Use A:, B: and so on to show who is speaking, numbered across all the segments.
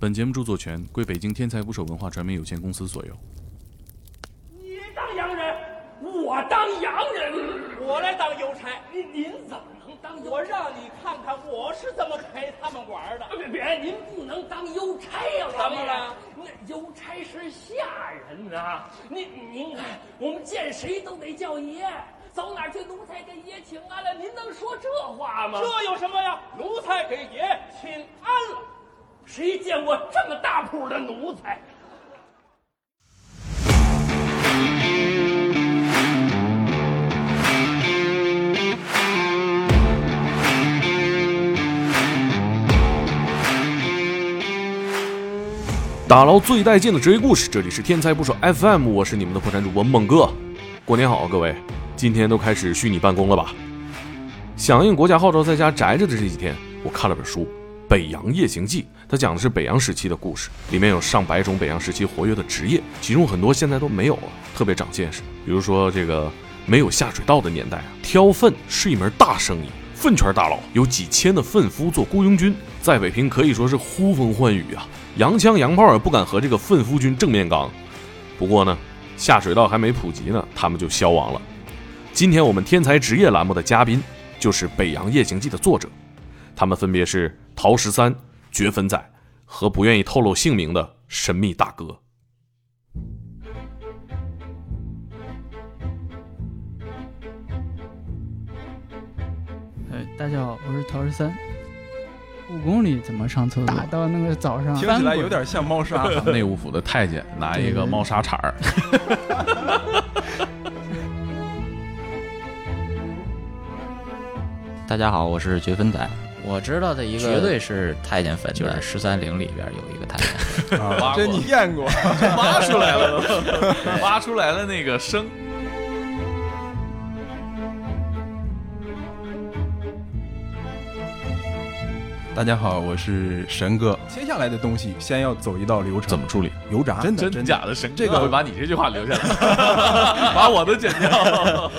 A: 本节目著作权归北京天才捕手文化传媒有限公司所有。
B: 你当洋人，我当洋人，
C: 我来当邮差，
B: 您您怎么能当
C: 我
B: 邮差？
C: 让你看看我是怎么陪他们玩的。
B: 别别，您不能当邮差呀、
C: 怎么了
B: 老爷？那邮差是下人呐、您您看，我们见谁都得叫爷，走哪儿去奴才给爷请安了。您能说这话吗？
C: 这有什么呀？奴才给爷请安了。
B: 谁见过这么大谱的奴才？
D: 打捞最带劲的职业故事，这里是天才捕手 FM，我是你们的破产主播猛哥。过年好，各位！今天都开始虚拟办公了吧？响应国家号召，在家宅着的这几天，我看了本书《北洋夜行记》，它讲的是北洋时期的故事，里面有上百种北洋时期活跃的职业，其中很多现在都没有了，特别长见识。比如说这个没有下水道的年代啊，挑粪是一门大生意，啊粪圈大佬有几千的粪夫做雇佣军，在北平可以说是呼风唤雨啊，洋枪洋炮也不敢和这个粪夫军正面刚。不过呢，下水道还没普及呢，他们就消亡了。今天我们天才职业栏目的嘉宾就是《北洋夜行记》的作者，他们分别是陶十三、掘坟仔和不愿意透露姓名的神秘大哥。
E: 呃，大家好，我是陶十三。五公里怎么上厕所？打到那个早上
F: 听起来有点像猫砂。
A: 内务府的太监拿一个猫砂铲儿，
G: 大家好，我是掘坟仔。我知道的一个绝对是太监坟，
H: 就是
G: 十三陵里边有一个太监。
A: 挖
F: 这
A: 过
F: 你验过？
A: 挖出来了 都，挖出来了那个声。
F: 大家好，我是神哥。切下来的东西先要走一道流程，
A: 怎么处理？
F: 油炸？真的
A: 真
F: 真的
A: 假的神
F: 这
A: 哥
F: 个
A: 会把你这句话留下来， 把我的剪掉。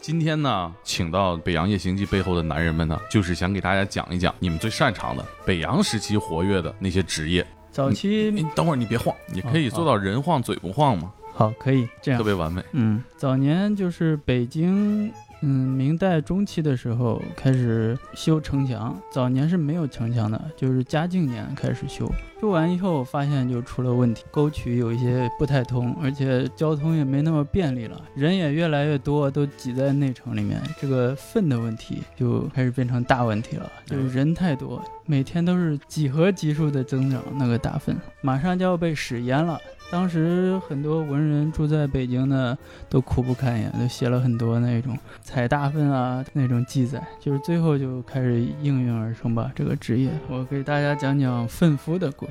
A: 今天呢，请到《北洋夜行记》背后的男人们呢，就是想给大家讲一讲你们最擅长的北洋时期活跃的那些职业。
E: 早期
A: 你等会儿，你别晃，你可以做到人晃嘴不晃吗？
E: 好，可以啊这
A: 特
E: 样。
A: 别完美。
E: 嗯，早年就是北京，嗯，明代中期的时候开始修城墙，早年是没有城墙的，就是嘉靖年开始修。修完以后发现就出了问题，沟渠有一些不太通，而且交通也没那么便利了，人也越来越多，都挤在内城里面，这个粪的问题就开始变成大问题了，就是人太多，每天都是几何级数的增长，那个大粪马上就要被屎淹了。当时很多文人住在北京的都苦不堪言，都写了很多那种采大粪啊那种记载，就是最后就开始应运而生吧这个职业。我给大家讲讲粪夫的故 事。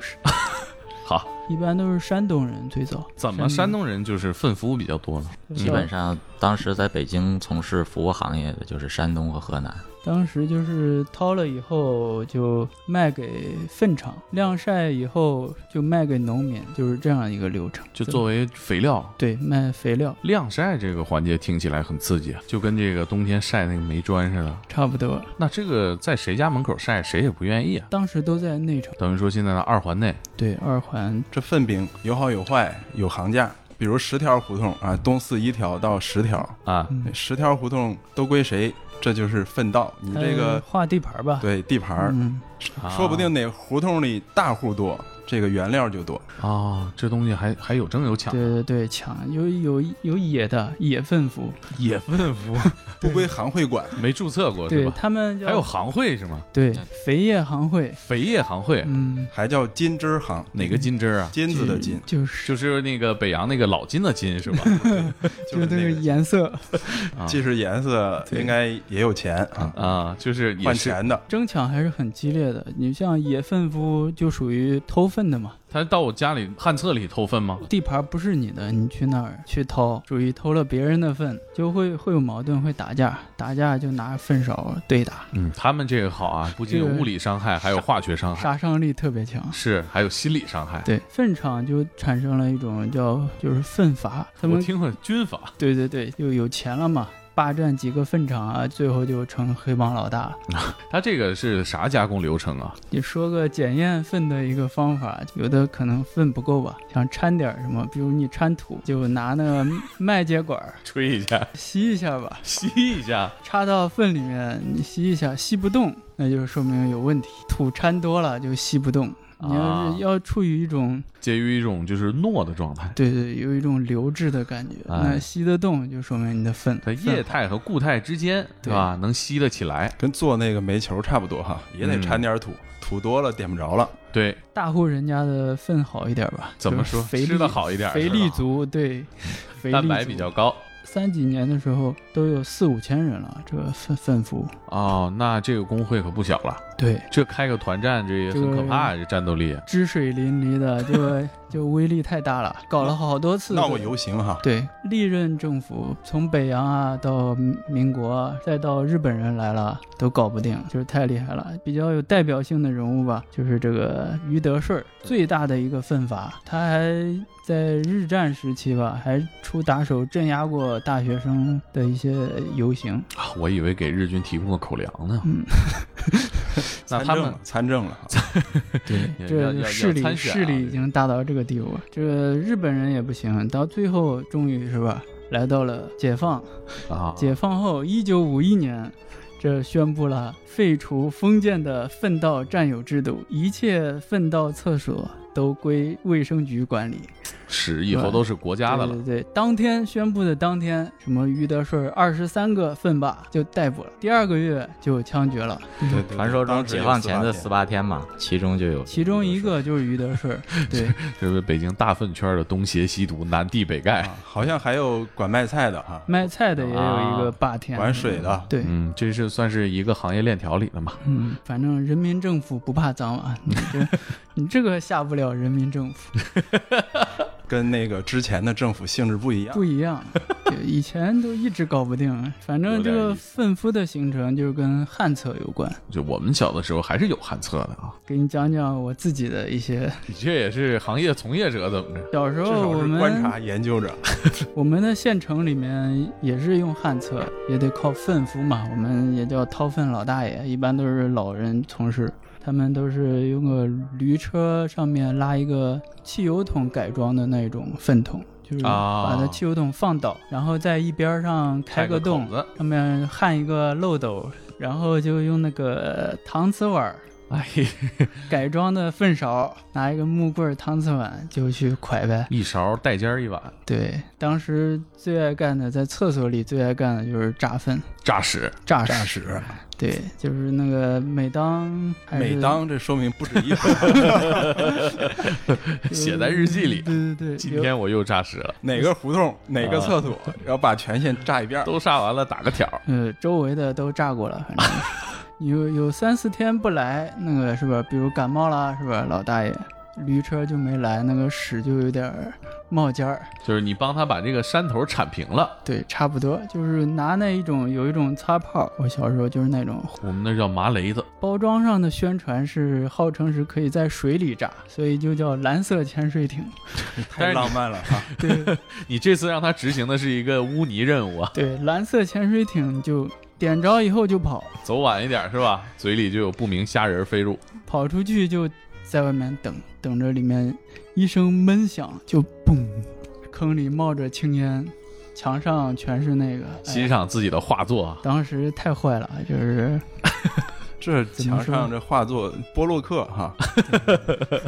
A: 好，
E: 一般都是山东人最早，
A: 怎么山东人就是粪夫比较多呢？
F: 嗯
E: 东
G: 基本上当时在北京从事服务行业的就是山东和河南。
E: 当时就是掏了以后就卖给粪场，晾晒以后就卖给农民，就是这样一个流程。
A: 就作为肥料。
E: 对卖肥料
A: 晾晒这个环节听起来很刺激啊，就跟这个冬天晒那个煤砖似的。
E: 差不多，
A: 那这个在谁家门口晒，谁也不愿意啊。
E: 当时都在内城，
A: 等于说现在的二环内，
E: 对二环
F: 这粪饼有好有坏，有行价。比如十条胡同啊，东四一条到十条，
A: 啊，
E: 嗯
F: 十条胡同都归谁？这就是粪道。你这
E: 呃
F: 个
E: 画地盘吧，
F: 对地盘儿，
E: 嗯，
F: 说不定哪胡同里大户多，这个原料就多。
A: 啊、哦，这东西还还有争有抢，
E: 对对对，抢有有有野的野粪夫，
A: 也粪夫
F: 不归行会管，
A: 没注册过哦是
E: 对
A: 吧？
E: 他们叫
A: 还有行会是吗？
E: 对肥业行会，
A: 肥业行会、
E: 嗯，
F: 还叫金枝儿行，
A: 哪个金枝儿啊？
F: 金子的金，
E: 就是
A: 就是那个北洋那个老金的金 是吧？
F: 就是
E: 是那
F: 那
E: 个
F: 个
E: 颜色，
A: 啊
F: 技术颜色应该也有钱啊，
A: 啊，就是也
F: 换
A: 是
F: 钱的。
E: 争抢还是很激烈的。你像野粪夫就属于偷粪粪的嘛，
A: 他到我家里旱厕里偷粪吗？
E: 地盘不是你的，你去那儿去掏，属于偷了别人的粪，就会会有矛盾，会打架，打架就拿粪勺对打，
A: 嗯，他们这个好啊，不仅有
E: 这个
A: 物理伤害，还有化学伤害，
E: 杀伤力特别强。
A: 是还有心理伤害。
E: 对，粪场就产生了一种叫就是粪阀，
A: 我
E: 他们
A: 听过军阀，
E: 对对对，又有钱了嘛，霸占几个粪场啊，最后就成黑帮老大了。
A: 他这个是啥加工流程 啊？
E: 你说个检验粪的一个方法，有的可能粪不够吧，想掺点什么，比如你掺土，就拿那个麦秸管儿
A: 吹一下，
E: 吸一下吧，
A: 吸一下，
E: 插到粪里面，你吸一下，吸不动，那就说明有问题，土掺多了就吸不动。你要
A: 啊
E: 是要处于一种
A: 介于一种就是糯的状态。
E: 对对，有一种流质的感觉，
G: 哎
E: 那吸得动就说明你的粪
A: 它液态和固态之间，对
E: 对
A: 吧？能吸得起来。
F: 跟做那个煤球差不多哈，也得
A: 嗯
F: 掺点土，土多了点不着了。
A: 对，
E: 大户人家的粪好一点吧？
A: 怎么
E: 就是
A: 说？
E: 肥
A: 吃的
E: 力
A: 好一点，
E: 肥
A: 是吧
E: 力，足， 对，肥力
A: 蛋白
E: 足
A: 比较高。
E: 三几年的时候都有四五千人了，这个粪粪服，
A: 哦，那这个工会可不小了，
E: 对，
A: 这开个团战，这也很可怕，这战斗力。
E: 汁水淋漓的，就就威力太大了，搞了好 多次。
F: 闹过游行哈，
E: 对，历任政府从北洋啊到民国啊，再到日本人来了，都搞不定，就是太厉害了。比较有代表性的人物吧，就是这个于德顺儿，最大的一个奋发，他还在日战时期吧，还出打手镇压过大学生的一些游行。
A: 啊我以为给日军提供了口粮呢，
E: 嗯，
A: 那
F: 参
A: 他
F: 政
A: 们
F: 了，参政了哈，
E: 对
A: 要要
E: 这
A: 要
E: 就势
A: 参
E: 力
A: 选啊
E: 势力已经大到这个地步了，这个日本人也不行，到最后终于是吧，来到了解放。
A: 啊，
E: 解放后，一九五一年，这宣布了废除封建的粪道占有制度，一切粪道厕所都归卫生局管理。
A: 屎以后都是国家的了
E: 对。对对，当天宣布的当天，什么于德顺二十三个粪霸就逮捕了，第二个月就枪决了，
F: 对对对
G: 传说中
F: 当时有
G: 解放前的
F: 48
G: 十
F: 天
G: 八天嘛，其中就有
E: 其中一个就是于德顺。对，
A: 这是北京大粪圈的东邪西毒，南帝北丐。
F: 啊，好像还有管卖菜的哈，
E: 卖菜的也有一个霸天，
F: 管水的，
E: 对，
A: 嗯，这是算是一个行业链条里的嘛？
E: 嗯，反正人民政府不怕脏啊，你 这你这个下不了人民政府，
F: 跟那个之前的政府性质不一样
E: 不。一样。对 以前都一直搞不定，反正这个粪夫的形成就是跟旱厕有关。
A: 就我们小的时候还是有旱厕的啊。
E: 给你讲讲我自己的一些
A: 你这也是行业从业者怎么着？
E: 小时
F: 至
E: 候
F: 少
E: 我
F: 是观
E: 们
F: 察研究者，
E: 我们的县城里面也是用旱厕，也得靠粪夫嘛，我们也叫掏粪老大爷，一般都是老人从事。他们都是用个驴车上面拉一个汽油桶改装的那种粪桶，就是
A: 啊
E: 把它汽油桶放倒，然后在一边上开
A: 个
E: 个洞
A: 口，子，
E: 上面焊一个漏斗，然后就用那个搪瓷碗儿
A: 哎，
E: 改装的粪勺，拿一个木棍儿搪瓷碗就去蒯呗。
A: 一勺带尖儿一碗，
E: 对，当时最爱干的，在厕所里最爱干的就是炸粪、
A: 炸屎。
E: 炸屎。
F: 诈屎，
E: 对，就是那个每当还是
F: 每当这说明不止一回，
A: 写在日记里
E: 对对对，
A: 今天我又炸屎了，
F: 哪个胡同哪个厕所，然后把全县炸一遍儿。
A: 都炸完了打个条儿。
E: 呃，周围的都炸过了，反正有有三四天不来，那个是吧？比如感冒啦，是吧？老大爷，驴车就没来，那个屎就有点儿冒尖儿。
A: 就是你帮他把这个山头铲平了，
E: 对，差不多就是拿那一种有一种擦炮，我小时候就是那种
A: 我们那叫麻雷子。
E: 包装上的宣传是号称是可以在水里炸，所以就叫蓝色潜水艇。
A: 但
F: 太
A: 是你
F: 浪漫了哈！
E: 对
A: 你这次让他执行的是一个污泥任务啊，
E: 对，蓝色潜水艇就点着以后就跑，
A: 走晚一点是吧？嘴里就有不明虾仁飞入。
E: 跑出去就在外面等，等着里面一声闷响，就嘣，坑里冒着青烟，墙上全是那个。
A: 欣
E: 哎
A: 赏自己的画作啊，
E: 当时太坏了，就是
F: 这墙上这画作波洛克哈，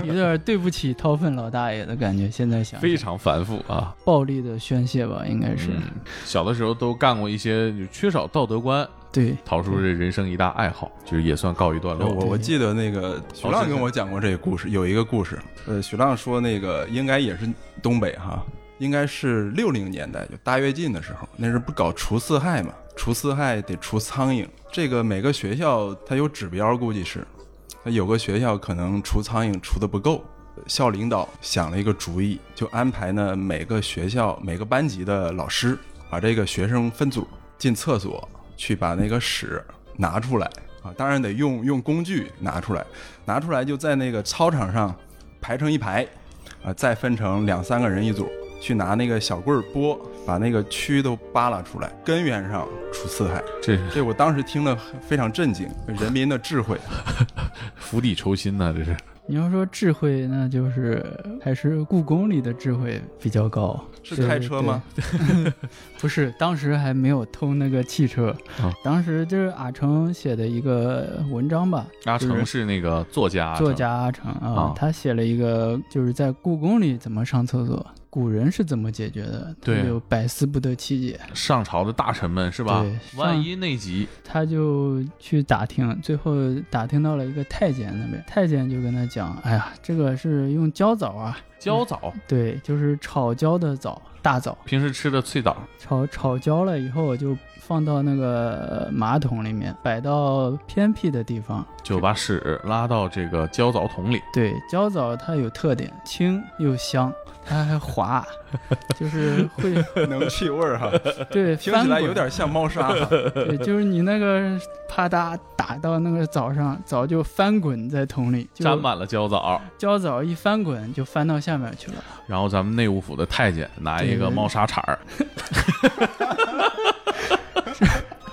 E: 有点对不起掏粪老大爷的感觉。现在想想，
A: 非常繁复啊。
E: 暴力的宣泄吧，应该是、
A: 嗯小的时候都干过一些就缺少道德观，
E: 对。
A: 陶叔这人生一大爱好，就是也算告一段
F: 我
A: 落。
F: 我记得那个许浪跟我讲过这个故事，有一个故事，呃，许浪说那个应该也是东北哈，应该是六零年代就大跃进的时候，那是不搞除四害嘛，除四害得除苍蝇，这个每个学校它有指标，估计是，它有个学校可能除苍蝇除的不够，校领导想了一个主意，就安排呢每个学校每个班级的老师把这个学生分组进厕所去把那个屎拿出来啊，当然得用用工具拿出来，拿出来就在那个操场上排成一排，啊，再分成两三个人一组去拿那个小棍儿拨，把那个蛆都扒拉出来，根源上除四害。
A: 这
F: 这我当时听了非常震惊，人民的智慧。
A: 釜底抽薪呢、这是
E: 你要说智慧，那就是还是故宫里的智慧比较高。
F: 是开车吗
E: 对？对不是，当时还没有偷那个汽车，
A: 啊
E: 当时就是阿成写的一个文章吧，
A: 阿成是啊那个作家阿成，
E: 作家阿成啊，
A: 啊
E: 他写了一个就是在故宫里怎么上厕所，古人是怎么解决的，
A: 对
E: 他就百思不得其解。
A: 上朝的大臣们是吧
E: 对？
A: 万一内急，
E: 他就去打听，最后打听到了一个太监那边，太监就跟他讲，哎呀，这个是用焦枣啊，
A: 焦枣，
E: 对，就是炒焦的枣，大枣，
A: 平时吃的脆枣，
E: 炒炒焦了以后就放到那个马桶里面，摆到偏僻的地方。
A: 就把屎拉到这个焦枣桶里。
E: 对，焦枣它有特点，轻又香，它还滑， 就是会
F: 能去味儿哈，啊
E: 对
F: 听
E: 翻
F: 起来
E: 滚，
F: 有点像猫砂哈。
E: 对，就是你那个啪嗒打到那个枣上，枣就翻滚在桶里，就
A: 沾满了焦枣，
E: 焦枣一翻滚就翻到下面去了。
A: 然后咱们内务府的太监拿一个猫砂铲 儿。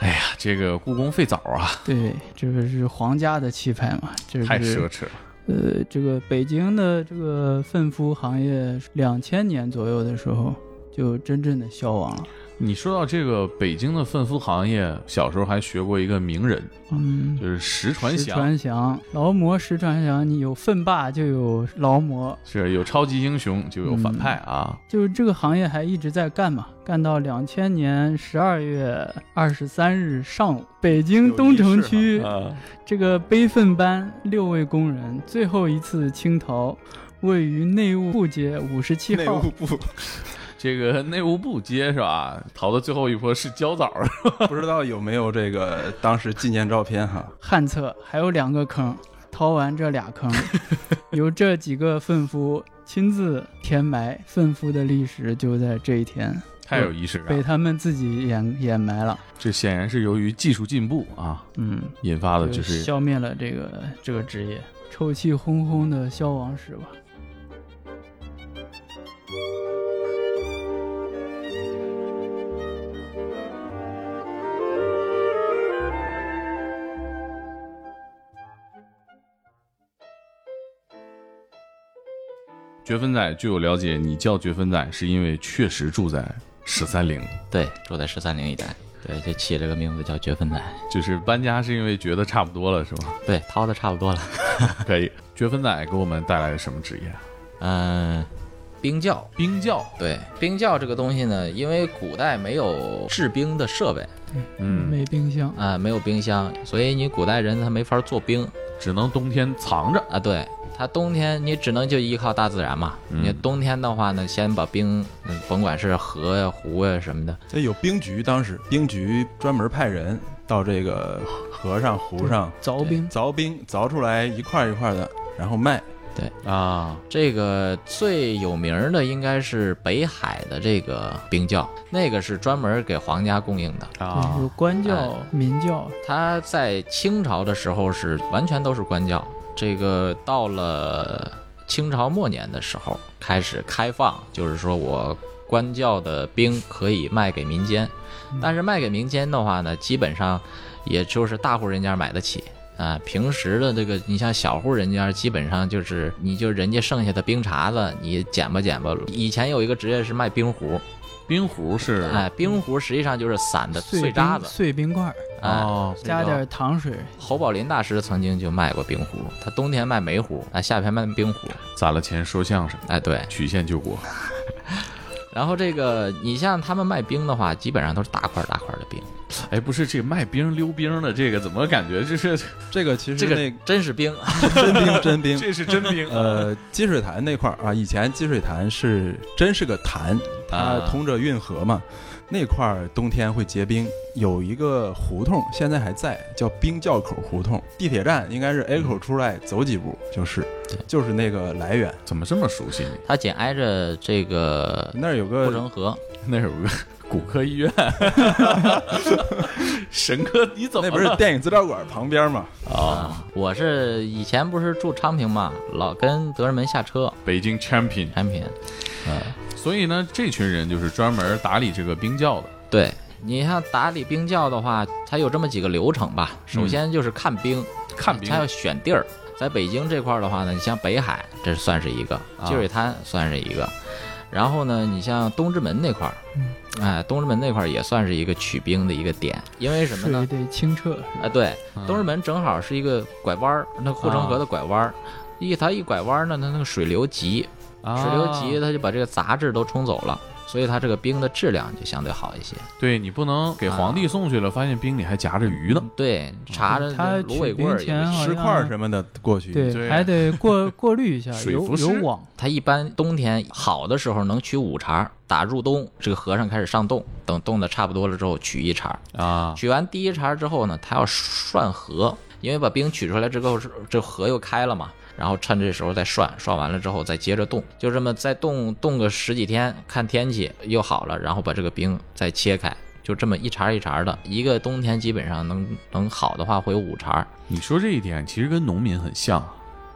A: 哎呀，这个故宫废枣啊，
E: 对，这个是皇家的气派嘛，这是
A: 太奢侈了。
E: 呃，这个北京的这个粪夫行业，两千年左右的时候就真正的消亡了。
A: 你说到这个北京的粪夫行业，小时候还学过一个名人，
E: 嗯，
A: 就是石传
E: 石
A: 祥，
E: 传祥、劳模、石传祥，你有粪霸就有劳模，
A: 是有超级英雄就有反派啊。
E: 就是这个行业还一直在干嘛，干到两千年十二月二十三日上午，北京东城区
A: 啊，
E: 这个悲愤班六位工人最后一次清逃，位于内务部街五十七
F: 内
E: 号
F: 务部
A: 这个内务部街是吧？逃的最后一波是焦枣儿，
F: 不知道有没有这个当时纪念照片哈？
E: 旱厕还有两个坑，掏完这俩坑，由这几个粪夫亲自填埋，粪夫的历史就在这一天
A: 太有仪式感
E: 被
A: 了。
E: 他们自己掩掩埋了。
A: 这显然是由于技术进步啊
E: 嗯，
A: 引发的，就
E: 就是消灭了这个这个职业，臭气烘烘的消亡史吧。
A: 绝分仔。据我了解，你叫绝分仔是因为确实住在十三陵，
G: 对，住在十三陵一带，对，就起了个名字叫绝粪仔。
A: 就是搬家是因为觉得差不多了，是吗？
G: 对，掏的差不多了。
A: 可以。绝分仔给我们带来了什么职业？
G: 嗯，冰窖，
A: 冰窖。
G: 对，冰窖这个东西呢，因为古代没有制冰的设备
A: 嗯，
E: 没冰箱，
G: 啊、没有冰箱，所以你古代人他没法做冰
A: 只能冬天藏着。
G: 啊。对，他冬天你只能就依靠大自然嘛。你冬天的话呢，先把冰，嗯甭管是河呀、湖呀什么的，
F: 这哎有兵局，当时兵局专门派人到这个河上、湖上
E: 凿冰。
F: 凿冰，凿出来一块一块的，然后卖。
A: 啊，
G: 这个最有名儿的应该是北海的这个冰窖，那个是专门给皇家供应的。
A: 啊
E: 有，官教、民教，
G: 它在清朝的时候是完全都是官教，这个到了清朝末年的时候开始开放，就是说我官教的兵可以卖给民间，但是卖给民间的话呢，基本上也就是大户人家买得起。啊，平时的这个，你像小户人家，基本上就是你就人家剩下的冰碴子，你捡吧捡吧。以前有一个职业是卖冰壶，
A: 冰壶是
G: 哎，冰壶实际上就是散的碎
E: 碎
G: 渣
E: 冰
G: 子，
E: 碎冰块儿，
G: 哎，
A: 哦，
E: 加点糖水，
G: 侯宝林大师曾经就卖过冰壶，他冬天卖煤壶，啊，夏天卖冰壶，
A: 攒了钱说相声，
G: 哎，对。
A: 曲线救国。
G: 然后这个，你像他们卖冰的话，基本上都是大块大块的冰，
A: 哎，不是这卖冰溜冰的这个，怎么感觉这是
F: 这个其实
G: 这
F: 那
G: 个真是冰，
F: 真冰真冰，
A: 这是真冰？
F: 呃，积水潭那块儿啊，以前积水潭是真是个潭，它
G: 啊
F: 通着运河嘛。那块儿冬天会结冰，有一个胡同现在还在，叫冰窖口胡同。地铁站应该是 A 口出来走几步就是
G: 对，
F: 就是那个来源。
A: 怎么这么熟悉你？
G: 它紧挨着这个
F: 那儿有
G: 护
F: 个
G: 城河，
A: 那有个骨科医院，神科，你怎么
F: 那
A: 了
F: 不是电影资料馆旁边嘛？
G: 啊，我是以前不是住昌平嘛，老跟德胜门下车，
A: 北京 champion？
G: 产品，
A: 所以呢，这群人就是专门打理这个冰窖的。
G: 对。你像打理冰窖的话，它有这么几个流程吧。首先就是看冰，
A: 看冰
G: 它要选地儿。在北京这块儿的话呢，你像北海，这算是一个；
A: 啊
G: 积水滩算是一个。然后呢，你像东直门那块儿，
A: 嗯
G: 哎，东直门那块儿也算是一个取冰的一个点，因为什么呢
E: 水？得清澈，是吧
G: 啊，对，东直门正好是一个拐弯儿，那护城河的拐弯儿，一它一拐弯儿呢，它那个水流急，
A: 啊
G: 水流急，它就把这个杂质都冲走了，所以它这个冰的质量就相对好一些。
A: 对你不能给皇帝送去了，发现冰里还夹着鱼
F: 嗯
A: 呢。
G: 嗯对，查着
E: 它
G: 那芦苇棍儿
E: 取
G: 也
E: 冰
G: 不
E: 前
G: 行，
E: 好
F: 石块儿什么的过去，
E: 对，
A: 嗯对啊
E: 还得过过 滤一下，
A: 水
E: 有
A: 浮尸啊
E: 有网，
G: 它一般冬天好的时候能取五茬儿，打入冬，这个和尚开始上冻，等冻的差不多了之后取一茬儿，
A: 啊，
G: 取完第一茬之后呢，它要涮河，因为把冰取出来之后，是这河又开了嘛，然后趁这时候再涮，涮完了之后再接着冻，就这么再冻冻个十几天，看天气又好了，然后把这个冰再切开，就这么一茬一茬的，一个冬天基本上能能好的话会有五茬
A: 你说这一点其实跟农民很像，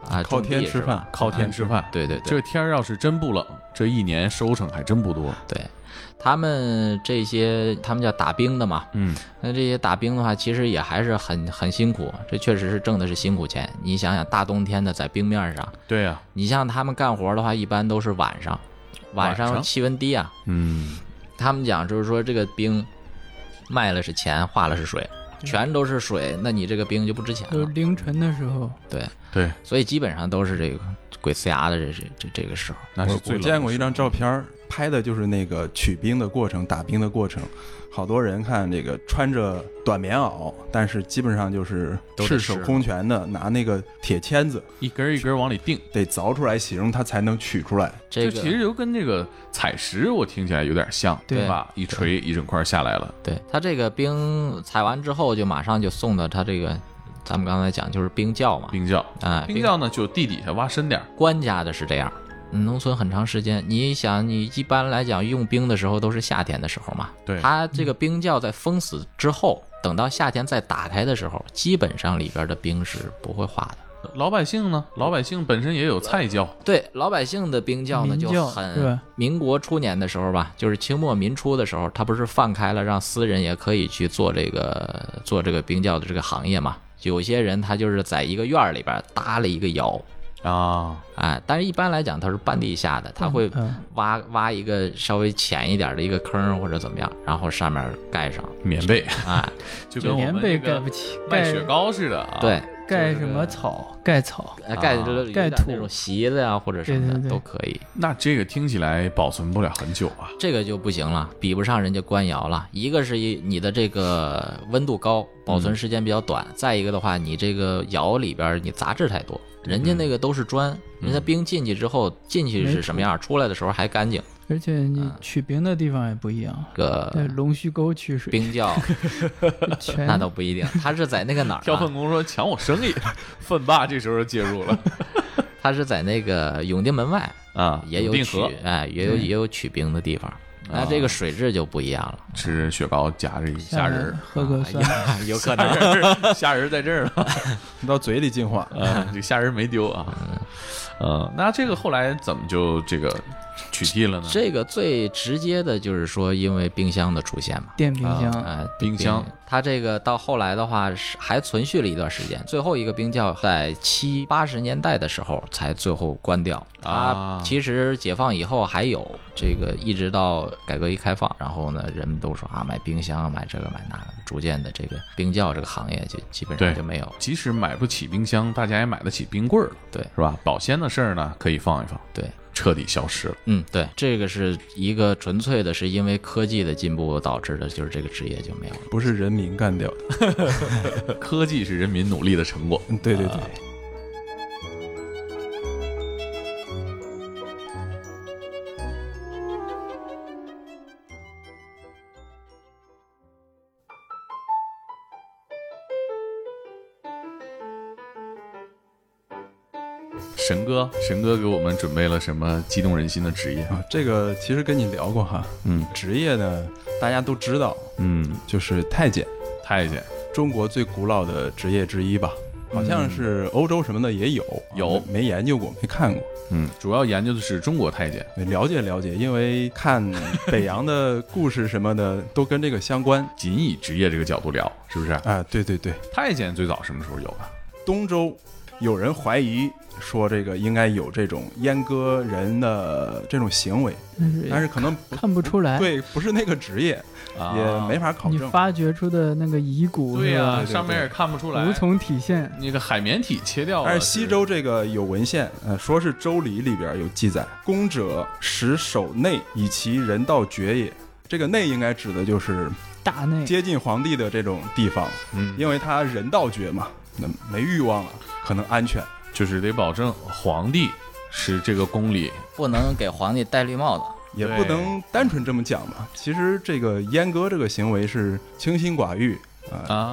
G: 啊，
F: 靠
G: 种地
F: 天吃
G: 是吧
F: 饭，
A: 靠天吃饭。
G: 对对对
A: 这天儿要是真不冷，这一年收成还真不多。
G: 对。他们这些，他们叫打冰的嘛，
A: 嗯，
G: 那这些打冰的话，其实也还是很很辛苦，这确实是挣的是辛苦钱。你想想，大冬天的在冰面上，
A: 对呀、
G: 你像他们干活的话，一般都是晚上，晚
A: 晚上
G: 上气温低啊。
A: 嗯，
G: 他们讲就是说，这个冰卖了是钱，化了是水，
A: 嗯
G: 全都是水，那你这个冰就不值钱
E: 就是
G: 了。
E: 凌晨的时候，
G: 对，
A: 对，
G: 所以基本上都是这个鬼呲牙的这这这这个时候。
A: 那是
F: 我
A: 最
F: 我
A: 冷
F: 见过
A: 的
F: 一张照片儿，拍的就是那个取冰的过程、打冰的过程。好多人看这个穿着短棉袄，但是基本上就是
G: 都得
F: 赤手
G: 试
F: 空拳的，拿那个铁签子
A: 一根儿一根儿往里定。
F: 得凿出来形，它才能取出来。
G: 这
A: 其
G: 个
A: 实就跟那个采石，我听起来有点像，
E: 对
A: 吧？一锤一整块下来了，
G: 对他这个冰采完之后，就马上就送到他这个，咱们刚才讲就是冰窖嘛，
A: 冰窖。
G: 啊，
A: 冰窖呢，就地底下挖深点儿，
G: 官家的是这样，农村很长时间。你想，你一般来讲用冰的时候都是夏天的时候嘛。
A: 对
G: 它这个冰窖在封死之后，等到夏天再打开的时候，基本上里边的冰是不会化的。
A: 老百姓呢，老百姓本身也有菜窖，
G: 对老百姓的冰窖呢
E: 民
G: 就
E: 窖对
G: 很
E: 吧，
G: 民国初年的时候吧，就是清末民初的时候，它不是放开了让私人也可以去做这个做这个冰窖的这个行业嘛？有些人他就是在一个院儿里边搭了一个窑，
A: 啊，
G: 哎，但是一般来讲它是半地下的，它会
E: 嗯
G: 挖挖一个稍微浅一点的一个坑或者怎么样，然后上面盖上，
A: 棉被
G: 哎，
A: 就跟我
E: 棉
A: 们
E: 被
A: 那
E: 盖不
A: 个
E: 起，
A: 卖
E: 盖
A: 雪糕似的啊。
G: 对，
E: 盖
G: 就
E: 什
G: 是
E: 么草？盖草，
G: 呃盖
A: 啊
G: 就是有
E: 盖
G: 点
E: 土
G: 那种席子呀、或者什么
E: 对对
G: 的
E: 对
G: 都可以，
A: 那这个听起来保存不了很久啊。
G: 这个就不行了，比不上人家官窑了。一个是一你的这个温度高，保存时间比较
A: 嗯
G: 短；再一个的话，你这个窑里边你杂质太多，人家那个都是砖，
A: 嗯
G: 人家冰进去之后进去是什么样，出来的时候还干净。
E: 而且
A: 嗯
E: 你取冰的地方也不一样，
G: 这
E: 在
A: 呃
G: 个
E: 龙须沟取水，
G: 冰窖
E: 全
G: 那倒不一定，它是在那个哪儿、啊？
A: 挑粪工说抢我生意，粪霸这时候介入 了
G: 他是在那个永定门外
A: 啊，
G: 也有
A: 定
G: 取
A: 河，嗯啊
G: 哎，也有也有取冰的地方。那这个水质就不一样了，
A: 吃雪糕夹着一
E: 下
A: 虾
E: 来
A: 仁儿，
E: 喝个酸奶，
G: 啊 有可能。
A: 虾仁儿在这儿 了，
F: 到嘴里进化，
G: 嗯
A: 啊， 这虾仁儿没丢啊。呃，那这个后来怎么就这个取缔了呢？
G: 这个最直接的就是说，因为冰箱的出现嘛，
E: 电冰箱，
G: 啊，
A: 冰箱，
G: 它这个到后来的话是还存续了一段时间，最后一个冰窖在七八十年代的时候才最后关掉。
A: 啊
G: 它其实解放以后还有这个，一直到改革一开放，然后呢，人们都说啊，买冰箱，买这个买那个，逐渐的这个冰窖这个行业就基本
A: 对
G: 上就没有了。
A: 即使买不起冰箱，大家也买得起冰棍儿了，
G: 对
A: 是吧？保鲜的事儿呢，可以放一放，
G: 对，
A: 彻底消失了。
G: 嗯，对，这个是一个纯粹的是因为科技的进步导致的，就是这个职业就没有了。
F: 不是人民干掉的。
A: 科技是人民努力的成果。
F: 嗯，对对对。
A: 神哥，神哥给我们准备了什么激动人心的职业？
F: 啊，这个其实跟你聊过哈，
A: 嗯
F: 职业呢大家都知道，
A: 嗯，
F: 就是太监，
A: 太监
F: 中国最古老的职业之一吧，好像是欧洲什么的也有，
A: 有
F: 啊没研究过，没看过，
A: 嗯，主要研究的是中国太监。
F: 得了解了解，因为看北洋的故事什么的都跟这个相关。
A: 仅以职业这个角度聊，是不是？
F: 啊，对对对，
A: 太监最早什么时候有啊？
F: 东周有人怀疑说这个应该有这种阉割人的这种行为，
E: 但是
F: 但是可能不
E: 看不出来，
F: 对，不是那个职业，
A: 啊
F: 也没法考
E: 你
F: 证。
E: 发掘出的那个遗骨
A: 对啊呀、
E: 是吧
A: 上面也看不出来，
E: 无从体现。
A: 那个海绵体切掉了。
F: 但是西周这个有文献，呃，说是《周礼》里边有记载，公者使守内，以其人道绝也。这个内应该指的就是
E: 大内
F: 接近皇帝的这种地方，
A: 嗯
F: 因为他人道绝嘛，那没欲望了，可能安全。
A: 就是得保证皇帝是这个宫里
G: 不能给皇帝戴绿帽子。
F: 也
A: 对
F: 不能单纯这么讲嘛。其实这个阉割这个行为是清心寡欲啊、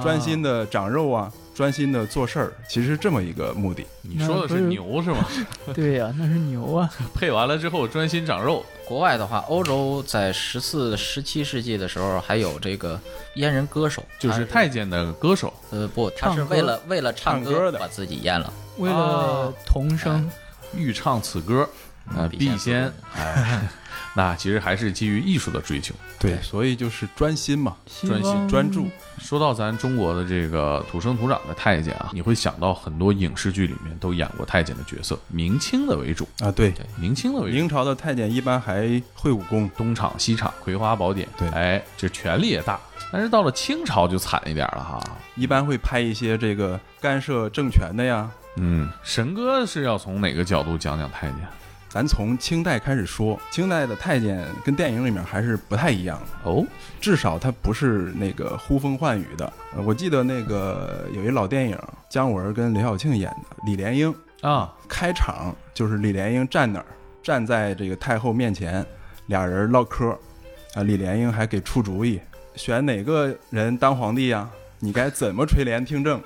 A: 啊
F: 专心的长肉啊，专心的做事儿，其实这么一个目的。
A: 你说的是牛是吗？
E: 对呀、那是 牛啊！
A: 配完了之后专心长肉，
G: 国外的话，欧洲在十四、十七世纪的时候还有这个阉人歌手，
A: 就是
G: 他
A: 太监的歌手。
G: 呃不，他是
E: 唱歌
G: 为了为了唱
F: 唱歌的
G: 把自己阉了。嗯
E: 为
A: 哦
E: 了童声，
A: 欲唱此歌，呃，必
G: 必先
A: 先哎， 那其实还是基于艺术的追求。
F: 对，所以就是专心嘛，
E: 希
A: 专心
E: 望
F: 专注。
A: 说到咱中国的这个土生土长的太监啊，你会想到很多影视剧里面都演过太监的角色，明清的为主，
F: 啊。对，
A: 明清的为主，
F: 明朝的太监一般还会武功，
A: 东厂西厂、葵花宝典，
F: 对
A: 哎，这权力也大。但是到了清朝就惨一点了哈，
F: 一般会拍一些这个干涉政权的呀。
A: 嗯，神哥是要从哪个角度讲讲太监？
F: 咱从清代开始说，清代的太监跟电影里面还是不太一样的。
A: 哦，
F: 至少他不是那个呼风唤雨的。呃我记得那个有一老电影，姜文跟刘晓庆演的，李莲英
A: 啊，
F: 开场就是李莲英站那儿，站在这个太后面前，俩人唠嗑，啊，李莲英还给出主意，选哪个人当皇帝呀、啊你该怎么垂帘听政？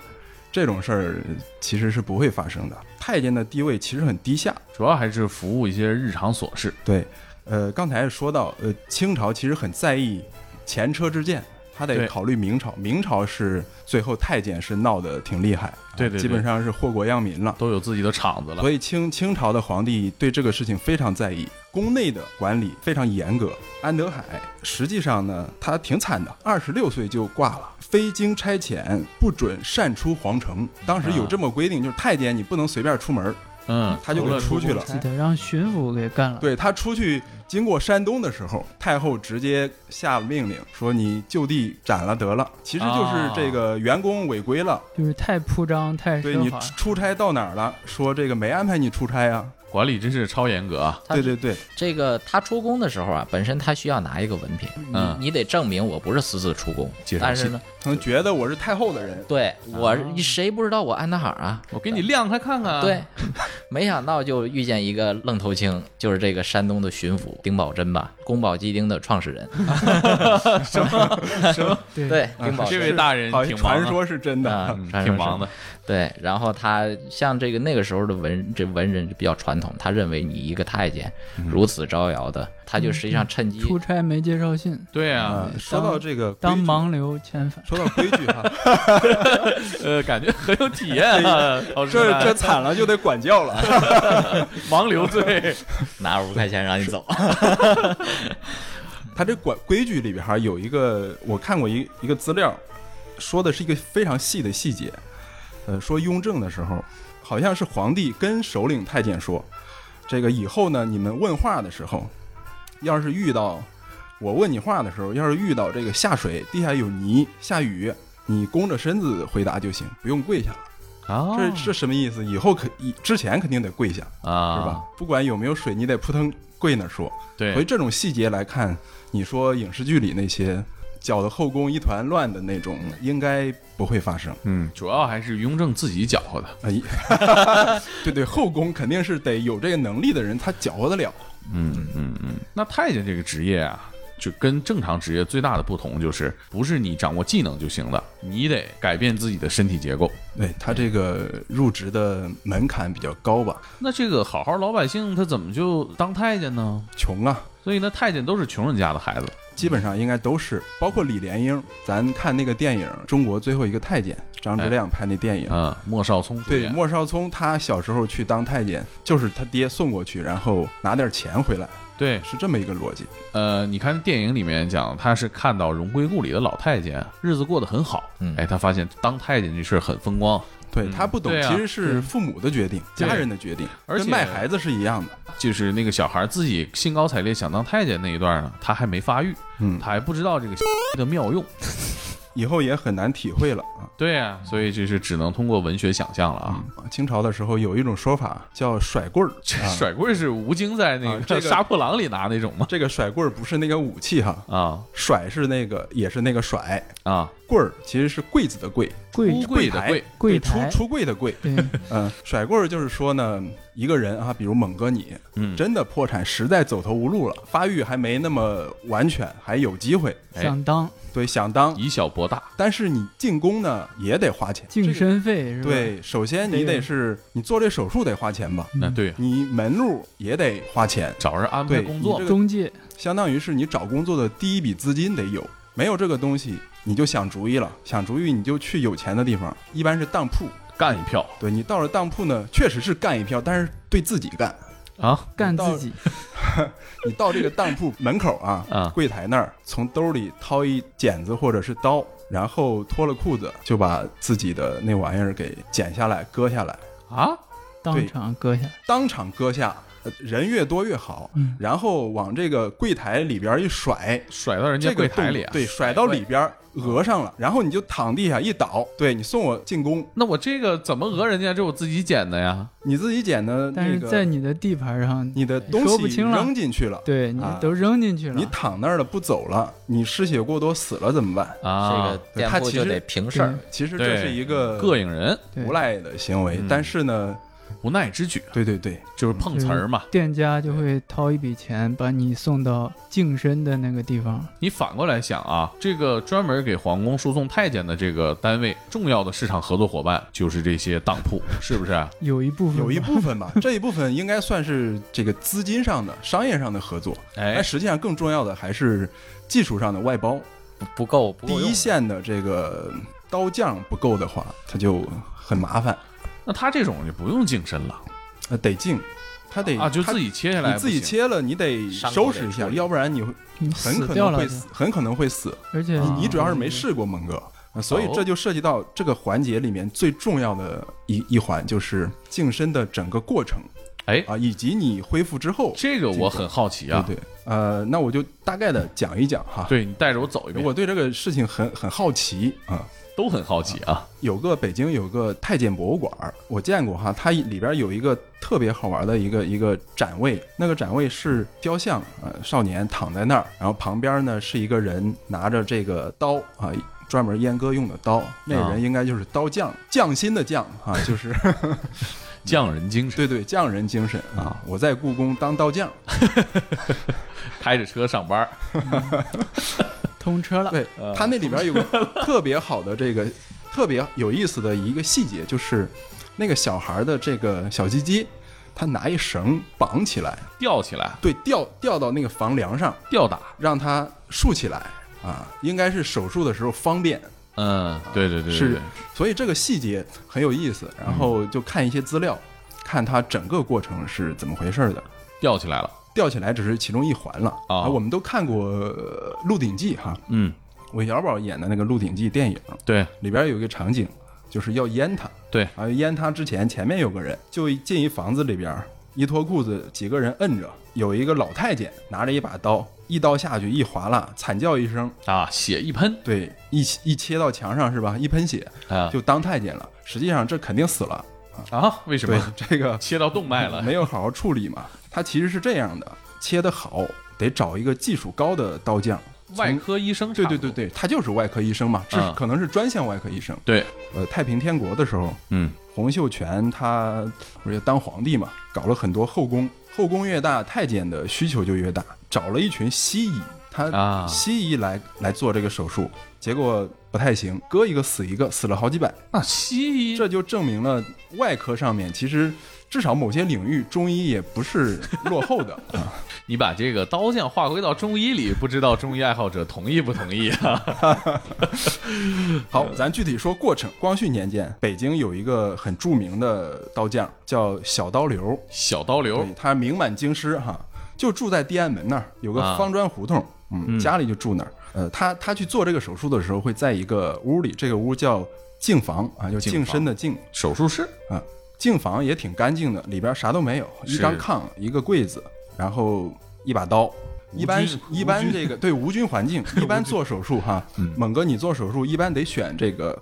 F: 这种事儿其实是不会发生的。太监的地位其实很低下，
A: 主要还是服务一些日常琐事。
F: 对，呃，刚才说到，呃，清朝其实很在意前车之鉴，他
A: 对
F: 得考虑明朝。明朝是最后太监是闹得挺厉害，啊
A: 对对对
F: 基本上是祸国殃民了。
A: 都有自己的厂子了
F: 所，以清清朝的皇帝对这个事情非常在意，宫内的管理非常严格。安德海实际上呢，他挺惨的，二十六岁就挂了，非经差遣不准擅出皇城。当时
A: 啊
F: 有这么规定，就是太监你不能随便出门儿，
A: 嗯，
F: 他就
A: 除了
F: 给出去了。
E: 记得让巡抚给干了。
F: 对他出去经过山东的时候，太后直接下命令说：“你就地斩了得了。”其实就是这个员工违规了，
E: 就是太铺张、太
F: 对
E: 奢
F: 你
E: 华，
F: 出差到哪儿了？说这个没安排你出差啊？
A: 管理真是超严格啊！
G: 他
F: 对对对，
G: 这个他出宫的时候啊，本身他需要拿一个文凭，
A: 嗯
G: 你你得证明我不是私自出宫
A: 介。绍啊
G: 但是呢，
F: 可能觉得我是太后的人，
G: 对我谁不知道我安德海啊？
A: 我给你亮开看看啊！
G: 对， 没想到就遇见一个愣头青，就是这个山东的巡抚丁宝桢吧，宫保鸡丁的创始人。
A: 什么什么？
E: 对
G: 对，丁宝
A: 这
G: 桢。
A: 位大人
F: 好像
A: 挺忙啊
F: 传
A: 的
F: 说是真的。
G: 啊
A: 嗯，
G: 传说
A: 挺
G: 是
A: 忙的。
G: 对，然后他像这个那个时候的文这文人比较传统，他认为你一个太监如此招摇的，他就实际上趁
F: 嗯
G: 机
E: 出差没介绍信，
A: 对啊
F: 啊，，说到这个规
E: 当
F: 矩，
E: 盲流遣返。
F: 说到规矩哈，
A: 呃，感觉很有体验 啊。老师
F: 这嗯这惨了就得管教了。
A: 盲流 罪，
G: 拿五块钱让你走。
F: 他这管规矩里边哈有一个，我看过一一个资料，说的是一个非常细的细节。呃，说雍正的时候，好像是皇帝跟首领太监说，这个以后呢，你们问话的时候，要是遇到我问你话的时候，要是遇到这个下水地下有泥下雨，你弓着身子回答就行，不用跪下了。
A: 啊
F: 这这什么意思？以后可以之前肯定得跪下，
A: 啊，
F: 是吧？？不管有没有水，你得扑腾跪那儿说。所以
A: 对，
F: 这种细节来看，你说影视剧里那些搅得后宫一团乱的那种，应该不会发生。
A: 嗯，主要还是雍正自己搅和的。
F: 哎， 对对，后宫肯定是得有这个能力的人，他搅和得了。
A: 嗯嗯嗯。那太监这个职业啊，就跟正常职业最大的不同就是，不是你掌握技能就行了，你得改变自己的身体结构。
F: 对他这个入职的门槛比较高吧，
A: 那这个好好老百姓他怎么就当太监呢？
F: 穷啊，
A: 所以呢，太监都是穷人家的孩子。
F: 基本上应该都是，包括李莲英，咱看那个电影《中国最后一个太监》，张之亮拍那电影，
A: 啊，莫少聪主
F: 对，
A: 演
F: 莫少聪他小时候去当太监，就是他爹送过去，然后拿点钱回来，
A: 对，
F: 是这么一个逻辑。
A: 呃，你看电影里面讲，他是看到荣归故里的老太监日子过得很好，
G: 嗯
A: 哎，他发现当太监这事儿很风光，
E: 嗯
F: 对他不懂
A: 对，啊
F: 其实是父母的决定，
A: 对
F: 家人的决定，
A: 而且
F: 跟卖孩子是一样的。
A: 就是那个小孩自己兴高采烈想当太监那一段呢，他还没发育，
F: 嗯
A: 他还不知道这个 的妙用，
F: 以后也很难体会了啊。
A: 对啊，所以就是只能通过文学想象了
E: 嗯
A: 啊。
F: 清朝的时候有一种说法叫 甩棍儿，
A: 这
F: 啊
A: 甩棍是吴京在那
F: 啊这
A: 个
F: 个
A: 杀破狼里拿那种吗？
F: 这个甩棍儿不是那个武器哈，
A: 啊
F: 甩是那个也是那个甩，
A: 啊，
F: 棍儿其实是柜子的柜，
E: 柜
A: 出柜的
F: 台
A: 柜，
E: 柜
F: 对出
E: 台，
F: 出柜的柜。
E: 对，
F: 嗯，甩棍儿就是说呢，一个人啊，比如猛哥你，
A: 嗯
F: 真的破产，实在走投无路了，发育还没那么完全，还有机会，
A: 哎
E: 想当
F: 对，想当，
A: 以小博大，
F: 但是你进宫呢也得花钱，
E: 净身费是吧？
F: 对，首先你得是你做这手术得花钱吧，
E: 嗯，
A: 那对啊，
F: 你门路也得花钱，
A: 找人安排
F: 对
A: 工作
F: 你这，个
E: 中介
F: 相当于是你找工作的第一笔资金得有，没有这个东西你就想主意了，想主意你就去有钱的地方，一般是当铺。
A: 干一票
F: 对你到了当铺呢，确实是干一票，但是对自己干。
A: 啊
E: 干
F: 到
E: 自己，
F: 你到这个当铺门口啊，
A: 啊
F: 柜台那儿，从兜里掏一剪子或者是刀，然后脱了裤子就把自己的那玩意儿给剪下来、割下来，
A: 啊！
E: 当场割下来。
F: 当场割下。呃人越多越好，
E: 嗯
F: 然后往这个柜台里边一甩，
A: 甩到人家
F: 这个
A: 柜台里啊
F: 动，对，甩到里边儿讹上了，然后你就躺地下一倒，对你送我进宫，
A: 那我这个怎么讹人家？这我自己捡的呀。
F: 你自己捡的
E: 但
F: 那
E: 是在
F: 个，
E: 你的地盘上，
F: 你的东
E: 说不
F: 西
E: 清了
F: 扔进去了，
E: 对你
F: 啊
E: 都扔进去了，
F: 你躺那儿了不走了，你失血过多死了怎么办？
A: 啊，
G: 这个店
F: 他
G: 铺
F: 其
G: 就
F: 实嗯
G: 得平事儿，
F: 其实这
A: 对
F: 是一个
A: 膈应人，
E: 对
F: 无赖的行为
A: 嗯，
F: 但是呢，
A: 无奈之举，
F: 对对对，
A: 就是碰瓷儿嘛。
E: 店家就会掏一笔钱把你送到净身的那个地方。
A: 你反过来想啊，这个专门给皇宫输送太监的这个单位，重要的市场合作伙伴就是这些当铺，是不是？
E: 有一部分吧
F: 有一部分吧，这一部分应该算是这个资金上的、商业上的合作，
A: 哎
F: 但，实际上更重要的还是技术上的外包。
G: 不不够不
F: 第
G: 够
F: 一
G: 用。
F: 线的这个刀匠不够的话，他就很麻烦，
A: 那他这种就不用净身了
F: 呃，得进，他得
A: 啊，就
F: 哎他
A: 自己切下来
F: 你
A: 不行，
F: 自己切了，你得
G: 伤口
F: 收
G: 得
F: 拾一
G: 处
F: 下，
G: 理
F: 要不然你会
E: 你
F: 很
E: 死
F: 可
E: 掉
F: 能
E: 了
F: 会
E: 就，嗯
F: 死，很可能会死。
E: 而且
A: 啊
F: 你主要是没试过蒙哥，呃所以这就涉及到这个环节里面最重要的一一环，就是净身的整个过程
A: 哎，
F: 啊，以及你恢复之后，
A: 这个我很好奇
F: 对
A: 啊。
F: 对，呃，那我就大概的讲一讲哈。，
A: 对你带着我走一遍，
F: 我对这个事情很很好奇啊。
A: 都很好奇啊。
F: 有个北京有个太监博物馆儿，我见过哈，它里边有一个特别好玩的一个一个展位，那个展位是雕像，呃，少年躺在那儿，然后旁边呢是一个人拿着这个刀啊。专门阉割用的刀，那人应该就是刀匠，匠心的匠啊，就是
A: 匠人精神，
F: 对对匠人精神啊！我在故宫当刀匠，
A: 开着车上班儿，
E: 通车了，
F: 对
A: 呃
F: 他那里边有个特别好的这个特别有意思的一个细节，就是那个小孩的这个小鸡鸡，他拿一绳绑起来，
A: 吊起来，
F: 对，吊吊到那个房梁上，
A: 吊打。
F: 让它竖起来啊，应该是手术的时候方便，
A: 嗯，对对对对嗯
F: 是
A: 对，，
F: 所以这个细节很有意思。然后就看一些资料，看它整个过程是怎么回事的。
A: 吊起来了。
F: 吊起来只是其中一环了
A: 啊
F: 我们都看过呃《鹿鼎记》哈，
A: 嗯，
F: 韦小宝演的那个《鹿鼎记》电影，
A: 对
F: 里边有一个场景，就是要阉他。
A: 对，
F: 啊，阉他之前，前面有个人就进一房子里边，一脱裤子，几个人摁着，有一个老太监拿着一把刀，一刀下去一划拉，惨叫一声，
A: 啊，血一喷
F: 对，一一切到墙上是吧？一喷血
A: 啊
F: 就当太监了。实际上这肯定死了，
A: 啊，为什
F: 对
A: 么
F: 这个哎
A: 切到动脉了？
F: 没有好好处理 嘛。他其实是这样的，切得好得找一个技术高的刀匠。
A: 外科医生差
F: 对
A: 不
F: 对
A: 多，
F: 对对，他就是外科医生嘛，这
A: 嗯
F: 可能是专项外科医生。
A: 对，
F: 呃，太平天国的时候，
A: 嗯，
F: 洪秀全他不是当皇帝嘛，搞了很多后宫，后宫越大，太监的需求就越大，找了一群西医，他
G: 啊
F: 西医来来做这个手术，结果不太行，割一个死一个，死了好几百。
A: 那西医
F: 这就证明了外科上面其实至少某些领域中医也不是落后的。啊
A: 你把这个刀剑划归到中医里，不知道中医爱好者同意不同意啊？
F: 好，咱具体说过程。光绪年间，北京有一个很著名的刀匠叫小刀刘，
A: 小刀流
F: 对，他名满京师哈，就住在地安门那儿有个
A: 啊
F: 方砖胡同，嗯，家里就住那儿。呃，他他去做这个手术的时候，会在一个屋里，这个屋叫净房啊，就净身的净，
A: 手术室
F: 啊，净房也挺干净的，里边啥都没有，一
A: 是
F: 张炕，一个柜子，然后一把刀。一般
A: 无菌
F: 一般这个对无菌 环境，一般做手术哈，
A: 嗯
F: 猛哥你做手术一般得选这个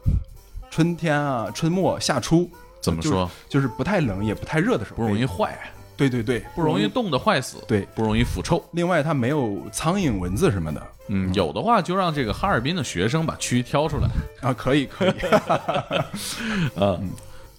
F: 春天啊、春末夏初，
A: 怎么说
F: 就是就是不太冷也不太热的时候，
A: 不容易坏，啊
F: 对对对，
A: 不容易冻得坏死，
F: 对
A: 不容易腐臭。
F: 另外，它没有苍蝇、蚊子什么的
A: 嗯，有的话就让这个哈尔滨的学生把蛆挑出来。
F: 啊，可以可以。嗯，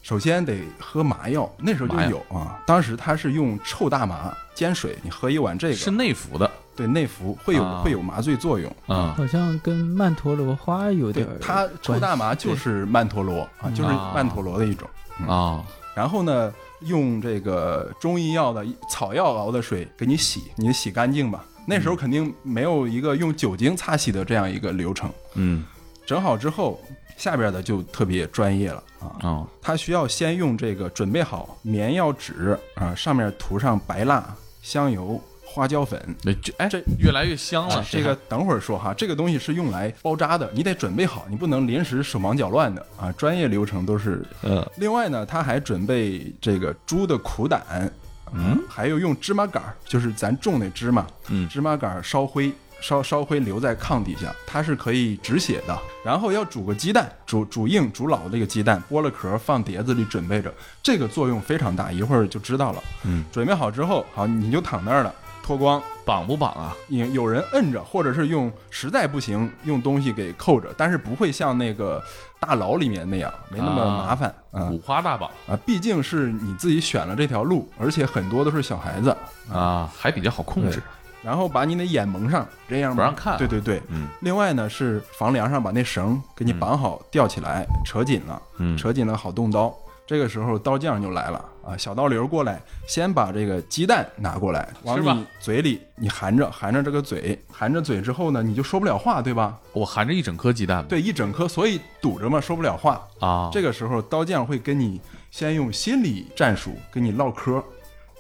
F: 首先得喝麻药，那时候就
A: 麻药
F: 有啊。当时他是用臭大麻煎水，你喝一碗这
A: 是
F: 个，
A: 内服的
F: 对内服会有、
A: 啊
F: 会有麻醉作用。
A: 啊，
E: 好像跟曼陀罗花有
F: 对
E: 点儿，
F: 它臭
E: 关
F: 大
E: 系
F: 麻就是曼陀罗啊，就是
A: 啊
F: 曼陀罗的一种。
A: 啊、哦
F: 然后呢，用这个中医药的草药熬的水给你洗，你洗干净吧。那时候肯定没有一个用酒精擦洗的这样一个流程。
A: 嗯，
F: 整好之后，下边的就特别专业了啊。
A: 哦，
F: 他需要先用这个准备好棉药纸啊，上面涂上白蜡、香油、花椒粉。
A: 那就哎，
F: 这
A: 越来越香了。
F: 啊这个等会儿说哈，这个东西是用来包扎的，你得准备好，你不能临时手忙脚乱的啊。专业流程都是。
A: 呃，
F: 另外呢，他还准备这个猪的苦胆，嗯，还有用芝麻杆儿，就是咱种那芝麻，
A: 嗯
F: 芝麻杆儿烧灰，烧烧灰留在炕底下，它是可以止血的。然后要煮个鸡蛋，煮煮硬煮老这个鸡蛋，剥了壳放碟子里准备着，这个作用非常大，一会儿就知道了。
A: 嗯，
F: 准备好之后，好你就躺那儿了，脱光，
A: 绑不绑啊？
F: 有有人摁着，或者是用实在不行用东西给扣着，但是不会像那个大牢里面那样没那么麻烦啊
A: 五花大绑
F: 啊！毕竟是你自己选了这条路，而且很多都是小孩子，
A: 啊，还比较好控制。
F: 然后把你的眼蒙上，这样
A: 不让看
F: 对对对，
A: 嗯。
F: 另外呢是房梁上把那绳给你绑好，吊起来，扯紧了，
A: 嗯
F: 扯紧了好动刀。这个时候刀匠就来了啊，小刀流过来，先把这个鸡蛋拿过来，往
A: 是吧
F: 你嘴里你含着，含着这个嘴，含着嘴之后呢，你就说不了话，对吧？
A: 我含着一整颗鸡蛋
F: 对，一整颗，所以堵着嘛，说不了话。
A: 啊，
F: 这个时候刀匠会跟你先用心理战术跟你唠嗑，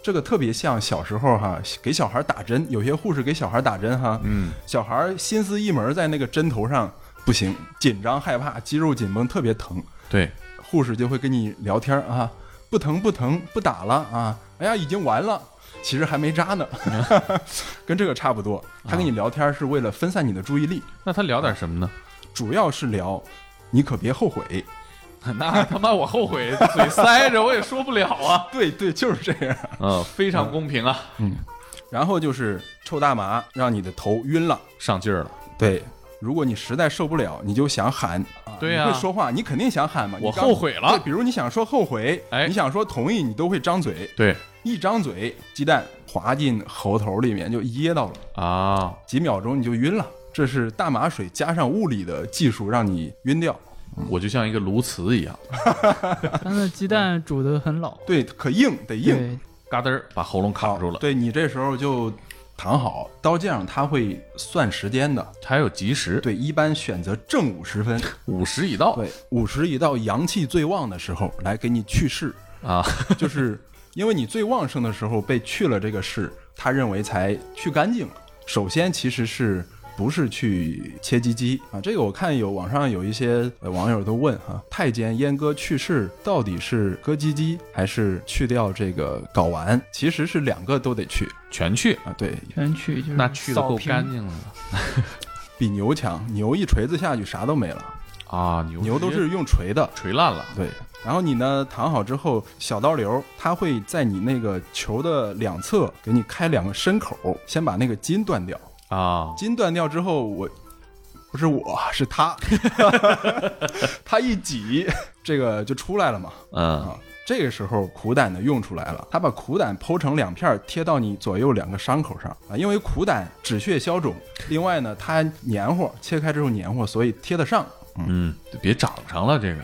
F: 这个特别像小时候哈，给小孩打针，有些护士给小孩打针哈，嗯，小孩心思一门在那个针头上，不行，紧张害怕，肌肉紧绷，特别疼，
A: 对
F: 护士就会跟你聊天啊，不疼不疼，不打了啊，哎呀，已经完了。其实还没扎呢， 跟这个差不多。他跟你聊天是为了分散你的注意力，
A: 那他聊点什么呢？
F: 主要是聊你可别后悔。
A: 那 他妈我后悔，嘴塞着我也说不了啊。
F: 对对，就是这样。
A: 嗯，非常公平啊，
F: 然后就是臭大麻，让你的头晕了。
A: 上劲儿了。
F: 对，如果你实在受不了，你就想喊。啊
A: 对
F: 你
A: 呀
F: 会说话，你肯定想喊嘛。
A: 我
F: 你刚
A: 后悔了
F: 对，比如你想说后悔，
A: 哎
F: 你想说同意，你都会张嘴。
A: 对
F: 一张嘴，鸡蛋滑进喉头里面就噎到了，
A: 啊，
F: 几秒钟你就晕了。这是大麻水加上物理的技术让你晕掉。
A: 我就像一个鸬鹚一样，
E: 它那鸡蛋煮的很老，
F: 对，可硬得硬。
E: 对，
A: 嘎噔儿把喉咙
F: 好
A: 卡住了。
F: 对你这时候就躺好，刀匠他会算时间的。
A: 还有及时，
F: 对，一般选择正午时分。
A: 五十已到
F: 对，午时一到，阳气最旺的时候来给你去世，
A: 啊，
F: 就是因为你最旺盛的时候被去了这个世，他认为才去干净了。首先其实是不是去切鸡鸡啊？这个我看有网上有一些呃网友都问哈、太监阉割去世到底是割鸡鸡还是去掉这个睾丸？其实是两个都得去
A: 全去，
F: 啊，对
E: 全去就是
A: 那去的
E: 扫
A: 够
E: 平
A: 干净了
F: 比牛强，牛一锤子下去啥都没了，
A: 啊，牛
F: 牛都
A: 直接
F: 是用锤的，
A: 锤烂了，
F: 对，然后你呢躺好之后，小刀流它会在你那个球的两侧给你开两个深口，先把那个筋断掉。
A: 啊
F: 筋断掉之后，我不是我是他， 他一挤，这个就出来了嘛。
G: 嗯
F: 啊，这个时候苦胆的用出来了，他把苦胆剖成两片儿，贴到你左右两个伤口上啊，因为苦胆止血消肿，另外呢它黏糊，切开之后黏糊，所以贴得上。嗯
A: 嗯，别长上了，这个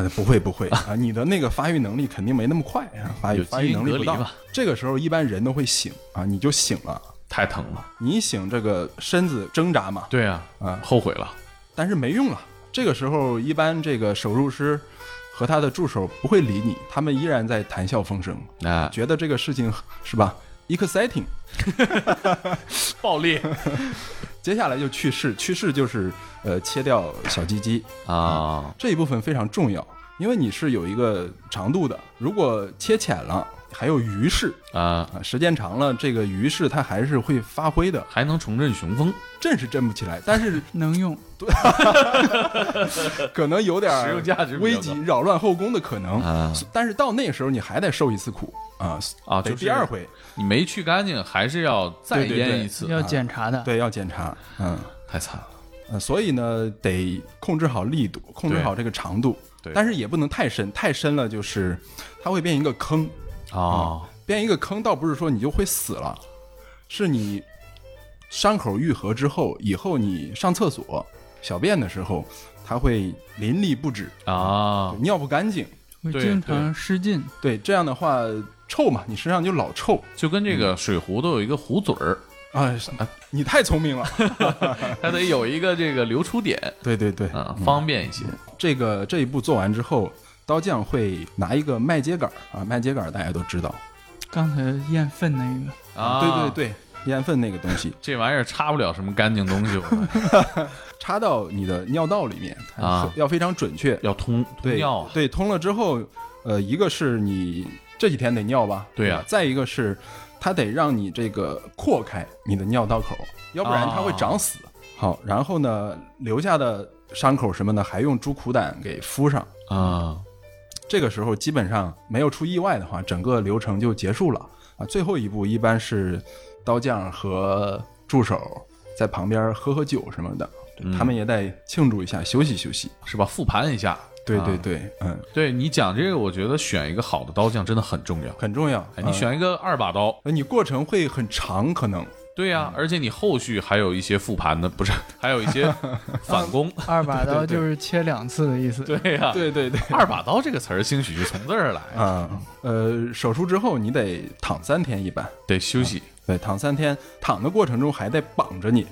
F: 啊，不会 不会啊，你的那个发育能力肯定没那么快 啊，发育
A: 有
F: 发
A: 基
F: 育
A: 因
F: 能
A: 隔
F: 力不
A: 离
F: 到
A: 吧。
F: 这个时候一般人都会醒啊，你就醒了，
A: 太疼了。
F: 你一醒这个身子挣扎嘛，
A: 对啊，
F: 啊
A: 后悔了。
F: 但是没用了。这个时候一般这个手术师和他的助手不会理你，他们依然在谈笑风生，
A: 哎，
F: 觉得这个事情是吧？exciting。
A: 暴力
F: 接下来就去世，去世就是呃切掉小鸡鸡
G: 啊，
F: 这一部分非常重要，因为你是有一个长度的，如果切浅了还有余势
G: 啊，
F: 啊，时间长了这个余势它还是会发挥的，
A: 还能重振雄风，
F: 震是震不起来，但是
E: 能用，
F: 可 能有点儿
A: 实用价值比较高
F: 危及扰乱后宫的可能
G: 啊，
F: 但是到那个时候你还得受一次苦啊
A: 啊
F: 得
A: 就是
F: 第二回
A: 你没去干净，还是要再
F: 对对对
A: 淹一次，
E: 要检查的。
F: 对要检查，嗯。
A: 太惨了。
F: 呃，所以呢，得控制好力度，控制
A: 对
F: 好这个长度，
A: 对
F: 但是也不能太深，太深了就是它会变一个坑，
A: 哦，
F: 变一个坑，倒不是说你就会死了，是你伤口愈合之后，以后你上厕所、小便的时候，它会淋漓不止，
A: 啊
F: 对，尿不干净，
E: 会
A: 对
E: 经常失禁，
F: 对，这样的话臭嘛，你身上就老臭
A: 就跟这
F: 嗯
A: 个水壶都有一个壶嘴儿，
F: 啊、你太聪明了，
A: 它得有一个这个流出点
F: 对对对，
A: 啊，方便一些。
F: 这个这一步做完之后，刀匠会拿一个麦秸秆儿啊，麦秸秆儿大家都知道。
E: 刚才验粪那个，
A: 啊，
F: 对对，对，烟粪那个东西
A: 这玩意儿擦不了什么干净东西，我 看
F: 插到你的尿道里面
A: 啊
F: 要非常准确。
A: 要通通
F: 对
A: 尿啊，
F: 对，通了之后，呃，一个是你这几天得尿吧，
A: 对啊呀
F: 吧再一个是它得让你这个扩开你的尿道口，要不然它会
A: 啊
F: 长死。好，然后呢，留下的伤口什么的还用猪苦胆给敷上。
A: 啊，
F: 这个时候基本上没有出意外的话，整个流程就结束了啊。最后一步一般是刀匠和助手在旁边喝喝酒什么的，
A: 嗯
F: 对他们也得庆祝一下，休息休息。
A: 是吧？复盘一下。
F: 对
A: 啊
F: 对对，嗯，
A: 对你讲这个，我觉得选一个好的刀匠真的很重要。
F: 很重要。
A: 哎，你
F: 嗯，
A: 选一个二把刀，
F: 呃你过程会很长，可能
A: 对呀、
F: 嗯
A: 而且你后续还有一些复盘的，不是，还有一 些反攻，
E: 二把刀就是切两次的意思。
A: 对呀、
F: 嗯对对对。
A: 二把刀这个词儿兴许就从这儿来，
F: 啊、呃，手术之后你得躺三天，一般
A: 得休息
F: 对，躺三天，躺的过程中还得绑着你，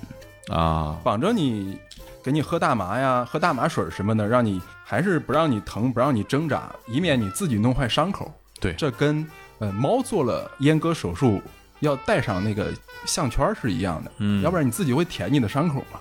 A: 啊，
F: 绑着你，给你喝大麻呀，喝大麻水什么的，让你还是不让你疼，不让你挣扎，以免你自己弄坏伤口。
A: 对
F: 这跟呃猫做了阉割手术要戴上那个项圈是一样的，
A: 嗯
F: 要不然你自己会舔你的伤口嘛。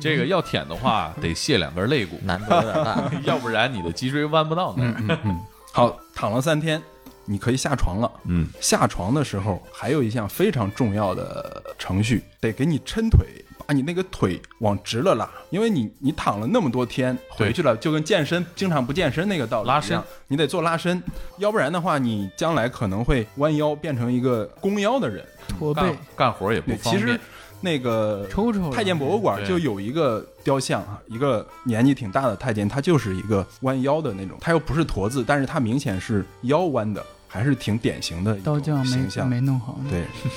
A: 这个要舔的话得卸两根肋骨，
G: 难度有点大
A: 要不然你的脊椎弯不到那儿。
F: 好，躺了三天，你可以下床了。
A: 嗯，
F: 下床的时候还有一项非常重要的程序，得给你抻腿。把你那个腿往直了拉，因为你你躺了那么多天
A: 对
F: 回去了，就跟健身经常不健身那个道理一样
A: 拉伸，
F: 你得做拉伸，要不然的话，你将来可能会弯腰变成一个弓腰的人。
E: 驼
A: 干
E: 背
A: 干活也不
F: 对，
A: 方
F: 其实
A: 便，
F: 那个
E: 抽抽了
F: 太监博物馆
A: 对
F: 就有一个雕像啊，一个年纪挺大的太监，他就是一个弯腰的那种，他又不是驼子，但是他明显是腰弯的，还是挺典型的一
E: 刀
F: 种
E: 匠
F: 形
E: 没
F: 象。
E: 没弄好，
F: 对，嗯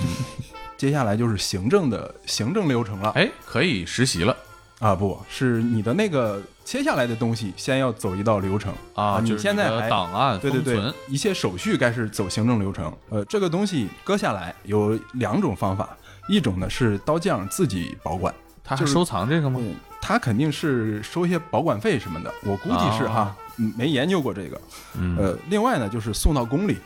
F: 接下来就是行政的行政流程了。
A: 哎，可以实习了
F: 啊，不是你的那个切下来的东西，先要走一道流程
A: 啊，
F: 你
A: 就是
F: 现在
A: 的
F: 还
A: 档案
F: 对对
A: 封
F: 对
A: 存，
F: 一切手续该是走行政流程。呃，这个东西割下来有两种方法，一种呢是刀匠自己保管，
A: 他还
F: 就是
A: 收藏这个吗？
F: 嗯，他肯定是收一些保管费什么的，我估计是哈，嗯没研究过这个。
A: 啊嗯，
F: 呃，另外呢，就是送到宫里，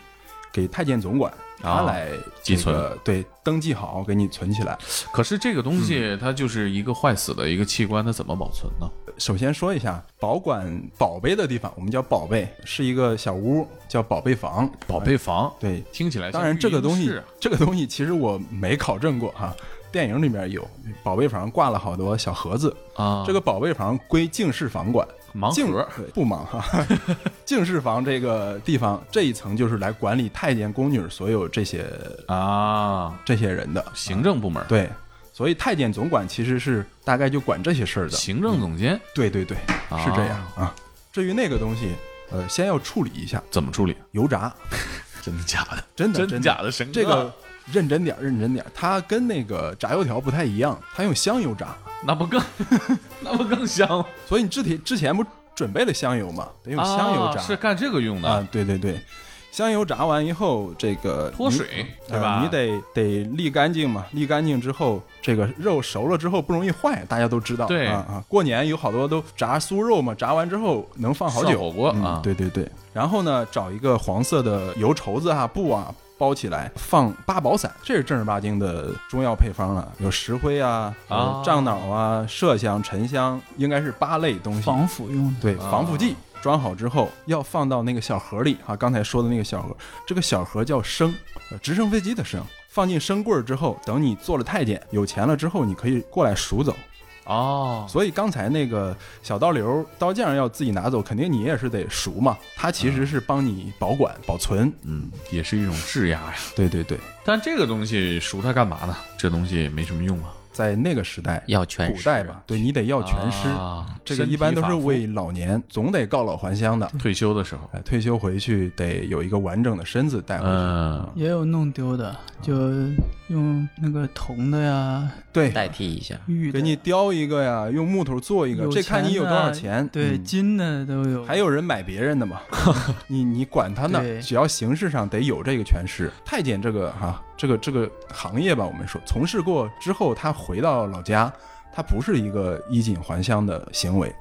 F: 给太监总管，他
A: 啊
F: 来
A: 寄
F: 这个，对，登记好，给你存起来。
A: 可是这个东
F: 嗯
A: 西它就是一个坏死的一个器官，它怎么保存呢？
F: 首先说一下保管宝贝的地方，我们叫宝贝，是一个小屋，叫宝贝房。
A: 宝贝房，
F: 对，
A: 听起来像
F: 哎当然这个东
A: 育婴
F: 西
A: 室，
F: 这个东西其实我没考证过哈、电影里面有宝贝房挂了好多小盒子，
A: 啊，
F: 这个宝贝房归净室房管。
A: 盲
F: 净
A: 盒
F: 对不忙哈， 净室房这个地方这一层就是来管理太监宫女所有这些
A: 啊，
F: 这些人的
A: 行政部门
F: 对，所以太监总管其实是大概就管这些事儿的。
A: 行政总监
F: 对对对，是这样
A: 啊
F: 啊。至于那个东西，呃，先要处理一下，
A: 怎么处理？
F: 油炸，
A: 真的假的？
F: 真的
A: 真假的神啊
F: 这个认真点儿，认真点儿，它跟那个炸油条不太一样，它用香油炸，
A: 那不 更那不更香吗？
F: 所以你之前之前不准备了香油嘛，得用香油炸
A: 啊是干这个用
F: 啊
A: 的，
F: 对对对，香油炸完以后，这个
A: 脱
F: 你
A: 水对
F: 呃
A: 吧？
F: 你得得沥干净嘛，沥干净之后，这个肉熟了之后不容易坏，大家都知道。
A: 对
F: 啊啊，过年有好多都炸酥肉嘛，炸完之后能放好
A: 涮
F: 久。
A: 火锅
F: 嗯
A: 啊
F: 对对对。然后呢，找一个黄色的油绸子啊、布啊包起来，放八宝散，这是正儿八经的中药配方了，有石灰啊、
A: 啊
F: 有樟脑啊、麝香、沉香，应该是八类东西。
E: 防腐用的。
A: 啊
F: 对，防腐剂装好之后要放到那个小盒里啊，刚才说的那个小盒，这个小盒叫升，呃直升飞机的升。放进升柜儿之后，等你做了太监，有钱了之后，你可以过来赎走。
A: 哦，
F: 所以刚才那个小刀流刀匠要自己拿走，肯定你也是得赎嘛。他其实是帮你保管、保存。
A: 嗯，也是一种质押呀。
F: 对对对，
A: 但这个东西赎它干嘛呢？这东西没什么用啊。
F: 在那个时代，
G: 要全
F: 古代吧，对你得哦要全尸。
A: 啊
F: 这个一般都是
A: 身体发肤嗯
F: 为老年，总得告老还乡的。
A: 退休的时候。
F: 哎，退休回去得有一个完整的身子带回去。
A: 嗯，
E: 也有弄丢的，就用那个铜的呀、
F: 对，
G: 代替一下。
E: 玉的，
F: 给你雕一个呀，用木头做一个，
E: 有
F: 这看你有多少
E: 钱
F: 钱
E: 的。对，
F: 嗯
E: 金的都有，
F: 还有人买别人的嘛？你你管他呢
E: 对？
F: 只要形式上得有这个权势。太监这个哈、这个这个行业吧，我们说从事过之后，他回到老家，他不是一个衣锦还乡的行为，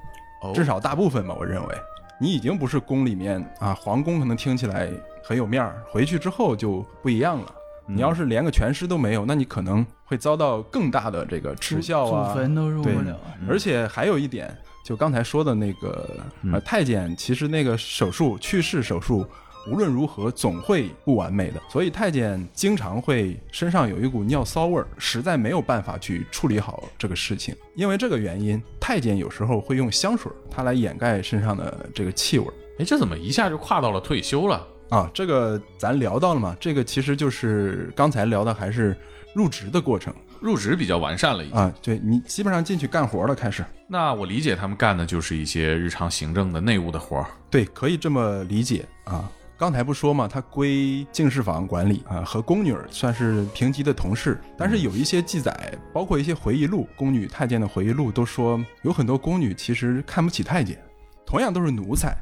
F: 至少大部分吧，我认为。你已经不是宫里面啊，皇宫可能听起来很有面儿，回去之后就不一样了。你要是连个全尸都没有，那你可能会遭到更大的这个耻笑啊，
E: 祖坟都入不
F: 对
E: 了。
F: 而且还有一点，就刚才说的那个呃
A: 嗯
F: 太监，其实那个手术去世手术，无论如何总会不完美的，所以太监经常会身上有一股尿骚味儿，实在没有办法去处理好这个事情。因为这个原因，太监有时候会用香水儿，它来掩盖身上的这个气味儿。
A: 哎，这怎么一下就跨到了退休了？
F: 啊，这个咱聊到了嘛？这个其实就是刚才聊的，还是入职的过程
A: 入职比较完善了已经。
F: 啊。对你基本上进去干活了，开始
A: 那我理解他们干的就是一些日常行政的内务的活儿。
F: 对，可以这么理解啊。刚才不说嘛，它归敬事房管理啊，和宫女儿算是平级的同事。但是有一些记载，包括一些回忆录，宫女太监的回忆录都说，有很多宫女其实看不起太监，同样都是奴才，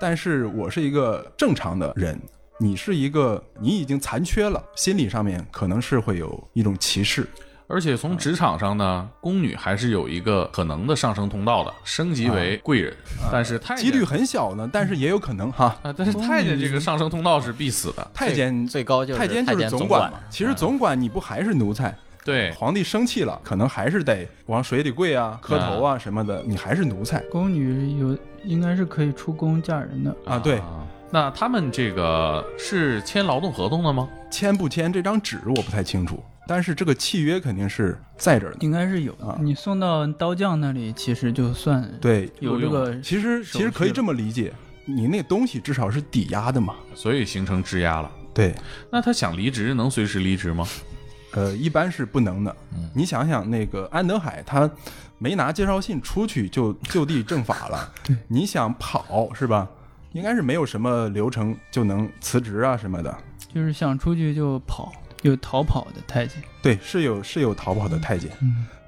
F: 但是我是一个正常的人，你是一个你已经残缺了，心理上面可能是会有一种歧视。
A: 而且从职场上呢，宫女还是有一个可能的上升通道的，升级为贵人，但是
G: 哎
A: 太监
F: 啊几率很小呢，但是也有可能哈。
A: 啊，但是太监这个上升通道是必死的。
F: 太监
G: 最高就是
F: 太监就
G: 太
F: 是
G: 监
F: 总
G: 总
F: 管
G: 管
F: 嘛
G: 嘛，
F: 其实总管你不还是奴才，
A: 对，
F: 皇帝生气了，可能还是得往水里跪啊、磕头啊什么的，你还是奴才
E: 宫女有应该是可以出宫嫁人的，
F: 啊。对，
A: 啊那他们这个是签劳动合同的吗？
F: 签不签这张纸我不太清楚，但是这个契约肯定是在这儿的。
E: 应该是有的。
F: 啊
E: 你送到刀匠那里，其实就算
F: 对，
E: 有这个
F: 其实
E: 嗯手续
F: 其实可以这么理解，你那东西至少是抵押的嘛。
A: 所以形成质押了。
F: 对，
A: 那他想离职能随时离职吗？
F: 呃，一般是不能的。你想想，那个安德海他没拿介绍信出去就就地正法了，你想跑是吧？应该是没有什么流程就能辞职啊什么的。
E: 就是想出去就跑，有逃跑的太监。
F: 对，是有是有逃跑的太监，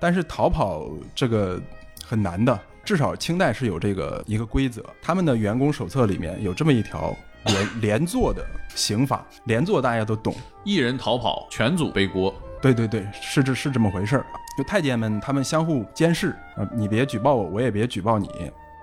F: 但是逃跑这个很难的，至少清代是有这个一个规则，他们的员工手册里面有这么一条连连坐的刑法，连坐大家都懂，
A: 一人逃跑，全组背锅。
F: 对对对，是这是这么回事儿。啊就太监们他们相互监视啊、你别举报我，我也别举报你，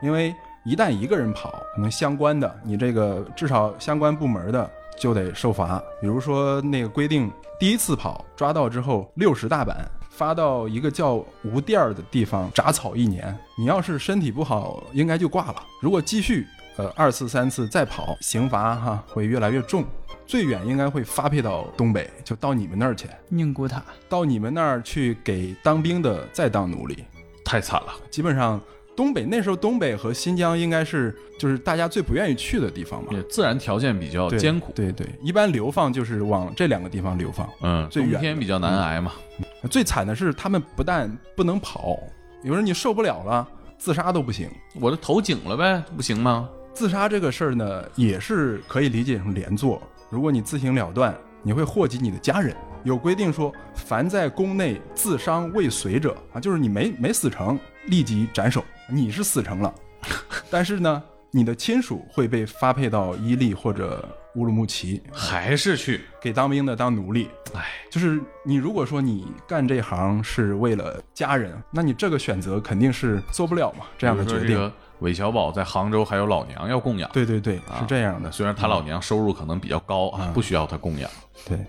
F: 因为一旦一个人跑，可能相关的你这个至少相关部门的就得受罚。比如说那个规定，第一次跑抓到之后六十大板。发到一个叫吴店儿的地方铡草一年，你要是身体不好，应该就挂了。如果继续，呃，二次、三次再跑，刑罚哈会越来越重，最远应该会发配到东北，就到你们那儿去。
E: 宁古塔
F: 到你们那儿去给当兵的再当奴隶。
A: 太惨了，
F: 基本上东北那时候东北和新疆应该是就是大家最不愿意去的地方嘛
A: 也，自然条件比较
F: 对
A: 艰苦，
F: 对对，一般流放就是往这两个地方流放。
A: 嗯，
F: 最
A: 冬
F: 远
A: 天
F: 的
A: 比较难挨嘛。
F: 最惨的是，他们不但不能跑，有人你受不了了，自杀都不行。
A: 我这投井了呗，不行吗？
F: 自杀这个事儿呢，也是可以理解成连坐。如果你自行了断，你会祸及你的家人。有规定说，凡在宫内自伤未遂者啊，就是你没没死成，立即斩首。你是死成了，但是呢，你的亲属会被发配到伊利或者乌鲁木齐，
A: 还是去？
F: 给当兵的当奴隶。
A: 哎，
F: 就是你如果说你干这行是为了家人，那你这个选择肯定是做不了嘛，
A: 这
F: 这样的决定。
A: 韦小宝在杭州还有老娘要供养，
F: 对对对，是这样的。
A: 虽然他老娘收入可能比较高
F: 嗯
A: 啊，不需要他供养。
F: 对，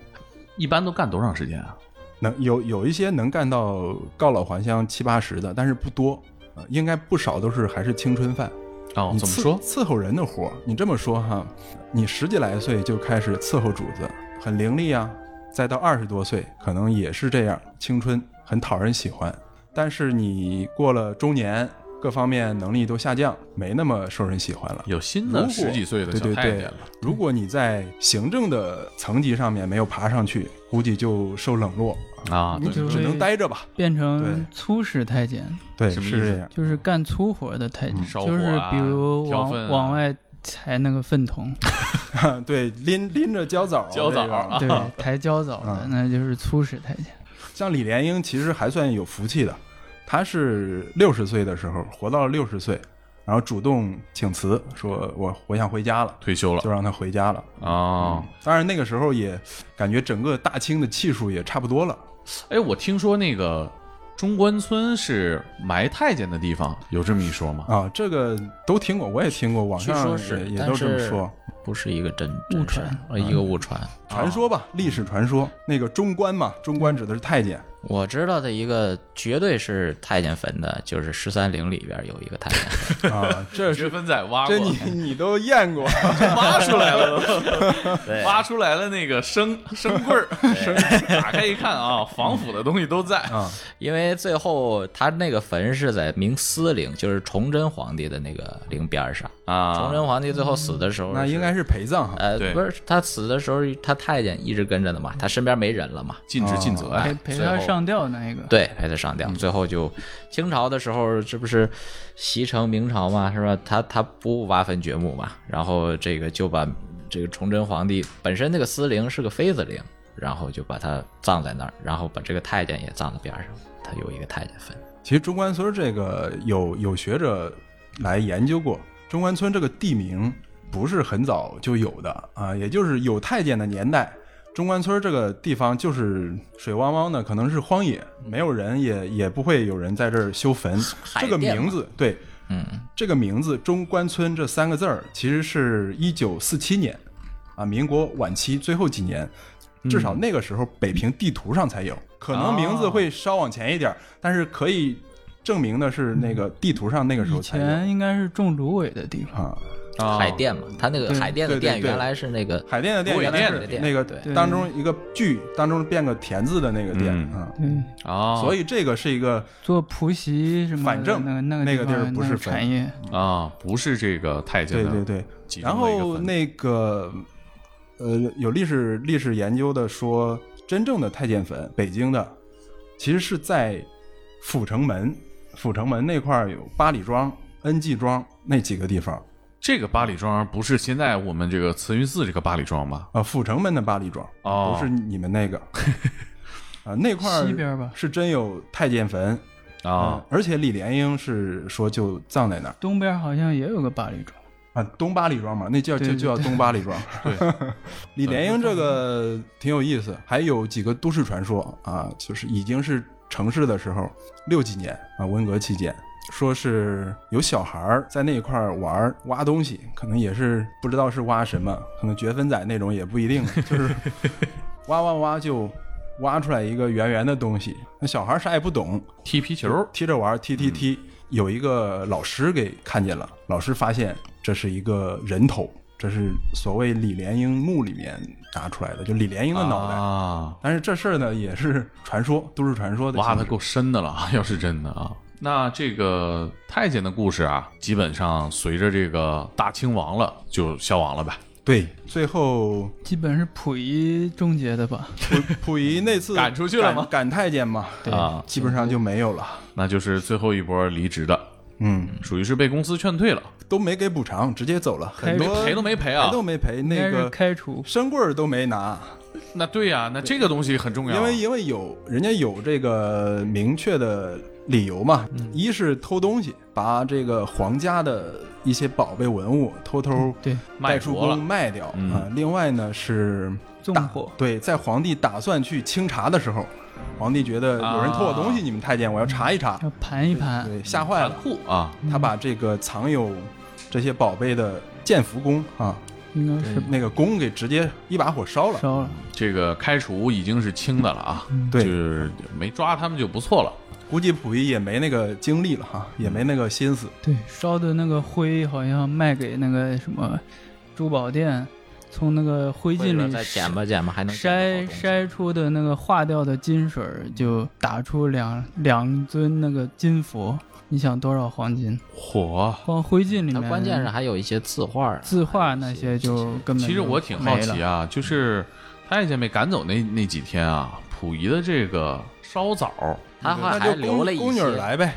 A: 一般都干多长时间啊？
F: 能有有一些能干到告老还乡七八十的，但是不多，呃应该不少都是还是青春饭。
A: 哦，
F: 你
A: 怎么
F: 伺
A: 说？
F: 伺候人的活儿，你这么说哈，你十几来岁就开始伺候主子，很伶俐啊，再到二十多岁，可能也是这样，青春很讨人喜欢。但是你过了中年，各方面能力都下降，没那么受人喜欢了。
A: 有新
F: 如
A: 的
F: 果
A: 十几岁的
F: 对
A: 小
F: 对
A: 太
F: 对
A: 监了，，嗯
F: 如果你在行政的层级上面没有爬上去，估计就受冷落，
A: 啊！
F: 你
A: 对
E: 就
F: 只能待着吧。
E: 变
F: 对
E: 成粗使太监，
F: 对，
A: 什么
F: 是
A: 意思
F: 这样。
E: 就是干粗活的太
F: 嗯
E: 监，
A: 烧火
E: 就是
A: 啊
E: 比如
A: 挑
E: 往、
A: 粪啊
E: 往外抬那个粪 桶，
F: 嗯对，拎拎着焦枣，
A: 焦枣
F: 这个
A: 啊
E: 对，抬焦枣的、
F: 啊
E: 那就是粗使太监。
F: 像李莲英其实还算有福气的，她是六十岁的时候活到了六十岁，然后主动请辞，说我我想回家了，
A: 退休了
F: 就嗯让她回家了。
A: 啊！
F: 当然那个时候也感觉整个大清的气数也差不多了。
A: 哎，我听说那个中关村是埋太监的地方，有这么一说吗？
F: 啊，这个都听过，我也听过，网
G: 据
F: 上
G: 说
F: 也
G: 是，
F: 也
G: 但
F: 都这么
G: 是
F: 说，
G: 不是一个真
E: 误
G: 真事
E: 传
G: 儿，呃一个
F: 嗯
G: 误传。
F: 传说吧，历史传说。那个中官嘛，中官指的是太监，
G: 我知道的一个绝对是太监坟的，就是十三陵里边有一个太监坟。
F: 啊，这
A: 学分仔挖过
F: 这你你都验过，
A: 挖出来了都，
G: 对
A: 挖出来了那个生生棍儿，生打开一看啊，防腐的东西都在。
G: 因为最后他那个坟是在明思陵，就是崇祯皇帝的那个陵边儿上
F: 嗯
A: 啊
G: 崇祯皇帝最后死的时候是，
F: 那应该是陪葬哈。
G: 呃
A: 对
G: 不是他死的时候，他太监一直跟着的嘛，他身边没人了嘛，
A: 尽职尽
F: 哦
A: 责哎
F: 哎
E: 陪
A: 呀，
E: 陪
G: 最
E: 他
G: 后
E: 上吊那个，
G: 对，陪他上
F: 嗯
G: 吊。最后就清朝的时候，这不是袭城明朝嘛，是吧？他他不挖坟掘墓嘛，然后这个就把这个崇祯皇帝本身那个司陵是个妃子陵，然后就把他葬在那儿，然后把这个太监也葬在边上，他有一个太监坟。
F: 其实中关村这个有有学者来研究过，中关村这个地名不是很早就有的啊，也就是有太监的年代，中关村这个地方就是水汪汪的，可能是荒野，没有人也也不会有人在这儿修坟。
G: 海
F: 这个
G: 淀嘛
F: 名字对，
G: 嗯，
F: 这个名字“中关村”这三个字儿，其实是一九四七年啊，民国晚期最后几年，至
G: 嗯
F: 少那个时候北平地图上才有。可能名
G: 哦
F: 字会稍往前一点儿，但是可以证明的是，那个地图上那个时
E: 嗯以
F: 候才有
E: 前应该是种芦苇的地方，
F: 啊。
A: 啊
G: 海淀嘛，他那个海淀的
F: 对对
G: 店
F: 对
G: 原来是那个
F: 海淀的店
A: 芦苇
F: 原来
A: 店
G: 的
F: 是
G: 店
F: 那个
G: 对
E: 对
F: 当中一个剧当中变个田字的那个店
A: 嗯
F: 啊，
E: 对，
A: 啊，
F: 所
A: 以
F: 以这个是一个
E: 做仆席什么的，
F: 反正
E: 那个那
F: 那个地
E: 地
F: 儿
E: 方
F: 不是
E: 那个
F: 坟
E: 产业，
A: 啊，不是这个太监
F: 对
A: 的
F: 对对，
A: 集中
F: 然
A: 的一个
F: 后
A: 坟
F: 那个，呃，有历史历史研究的说，真正的太监坟，北京的，其实是在阜成门，阜成门那块儿有八里庄、恩济庄那几个地方
A: 这个八里庄不是现在我们这个慈云寺这个八里庄吧？
F: 啊，阜成门的八里庄，
A: 哦
F: 不是你们那个，啊，那块儿
E: 西边吧
F: 是真有太监坟嗯
A: 啊，，
F: 而且李莲英是说就葬在那儿
E: 东边好像也有个八里庄，
F: 啊，东八里庄嘛，那叫就
E: 对
F: 就叫
E: 对
F: 东八里庄。
A: 对，
F: 李莲英这个挺有意思，还有几个都市传说啊，就是已经是城市的时候，六几年啊，文革期间，说是有小孩儿在那一块儿玩儿挖东西，可能也是不知道是挖什么，可能掘坟仔那种也不一定，就是挖挖挖就挖出来一个圆圆的东西，那小孩儿啥也不懂，
A: 踢皮球
F: 就踢着玩儿，踢
A: 嗯
F: 踢踢，有一个老师给看见了，老师发现这是一个人头，这是所谓李莲英墓里面拿出来的，就李莲英的脑袋。
A: 啊，
F: 但是这事儿呢，也是传说，都市传说的性质。
A: 挖的够深的了 啊，要是真的啊。那这个太监的故事啊，基本上随着这个大清亡了就消亡了吧？
F: 对，最后
E: 基本是溥仪终结的吧？
F: 溥溥仪那次
A: 赶出去了吗
F: 赶赶太监嘛，
E: 对
A: 啊，
F: 基本上就没有了。
A: 那就是最后一波离职的，
F: 嗯，
A: 属于是被公司劝退了，
F: 都没给补偿，直接走了，
E: 开
F: 很
A: 没
F: 多
A: 赔都没赔啊
F: 赔。哎都没赔，
E: 应该
F: 那
E: 是
F: 个
E: 开除。
F: 身棍儿都没拿，
A: 那对呀、那这个东西很重要啊，
F: 因为因为有人家有这个明确的理由嘛，
A: 嗯
F: 一是偷东西，把这个皇家的一些宝贝文物偷偷
E: 对，
A: 嗯卖
F: 带出
A: 国
F: 宫
A: 了，
F: 卖掉啊、
A: 嗯
F: 另外呢是
E: 纵
F: 打
E: 火
F: 对，在皇帝打算去清查的时候，皇帝觉得有人偷我东西，
A: 啊
F: 你们太监，我要查一查，
E: 要盘一盘。
F: 对，吓坏
A: 嗯残
F: 了，
A: 酷啊，
E: 嗯
F: 他把这个藏有这些宝贝的建福宫啊，
E: 应该是
F: 那个宫给直接一把火烧了。
E: 烧了。
A: 这个开除已经是轻的了啊，就
F: 对，
A: 是没抓他们就不错了。
F: 估计溥仪也没那个精力了哈，也没那个心思。
E: 对，烧的那个灰好像卖给那个什么珠宝店，从那个灰烬
G: 为了
E: 里
G: 再捡
E: 筛
G: 吧捡吧，还能
E: 筛
G: 捡到好东西
E: 筛出的那个化掉的金水儿，就打出两两尊那个金佛。你想多少黄金？
A: 火，
E: 光灰烬里
G: 它
E: 面，
G: 关键是还有一些字画儿啊，
E: 字画
G: 还有一
E: 那些就根本
A: 其实我挺好奇
E: 啊，
A: 啊，就是太监被赶走那那几天啊，溥仪的这个烧枣，
G: 他啊还
F: 那
G: 还
F: 就
G: 留
F: 宫
G: 了一
F: 宫女儿
G: 些，
F: 来呗，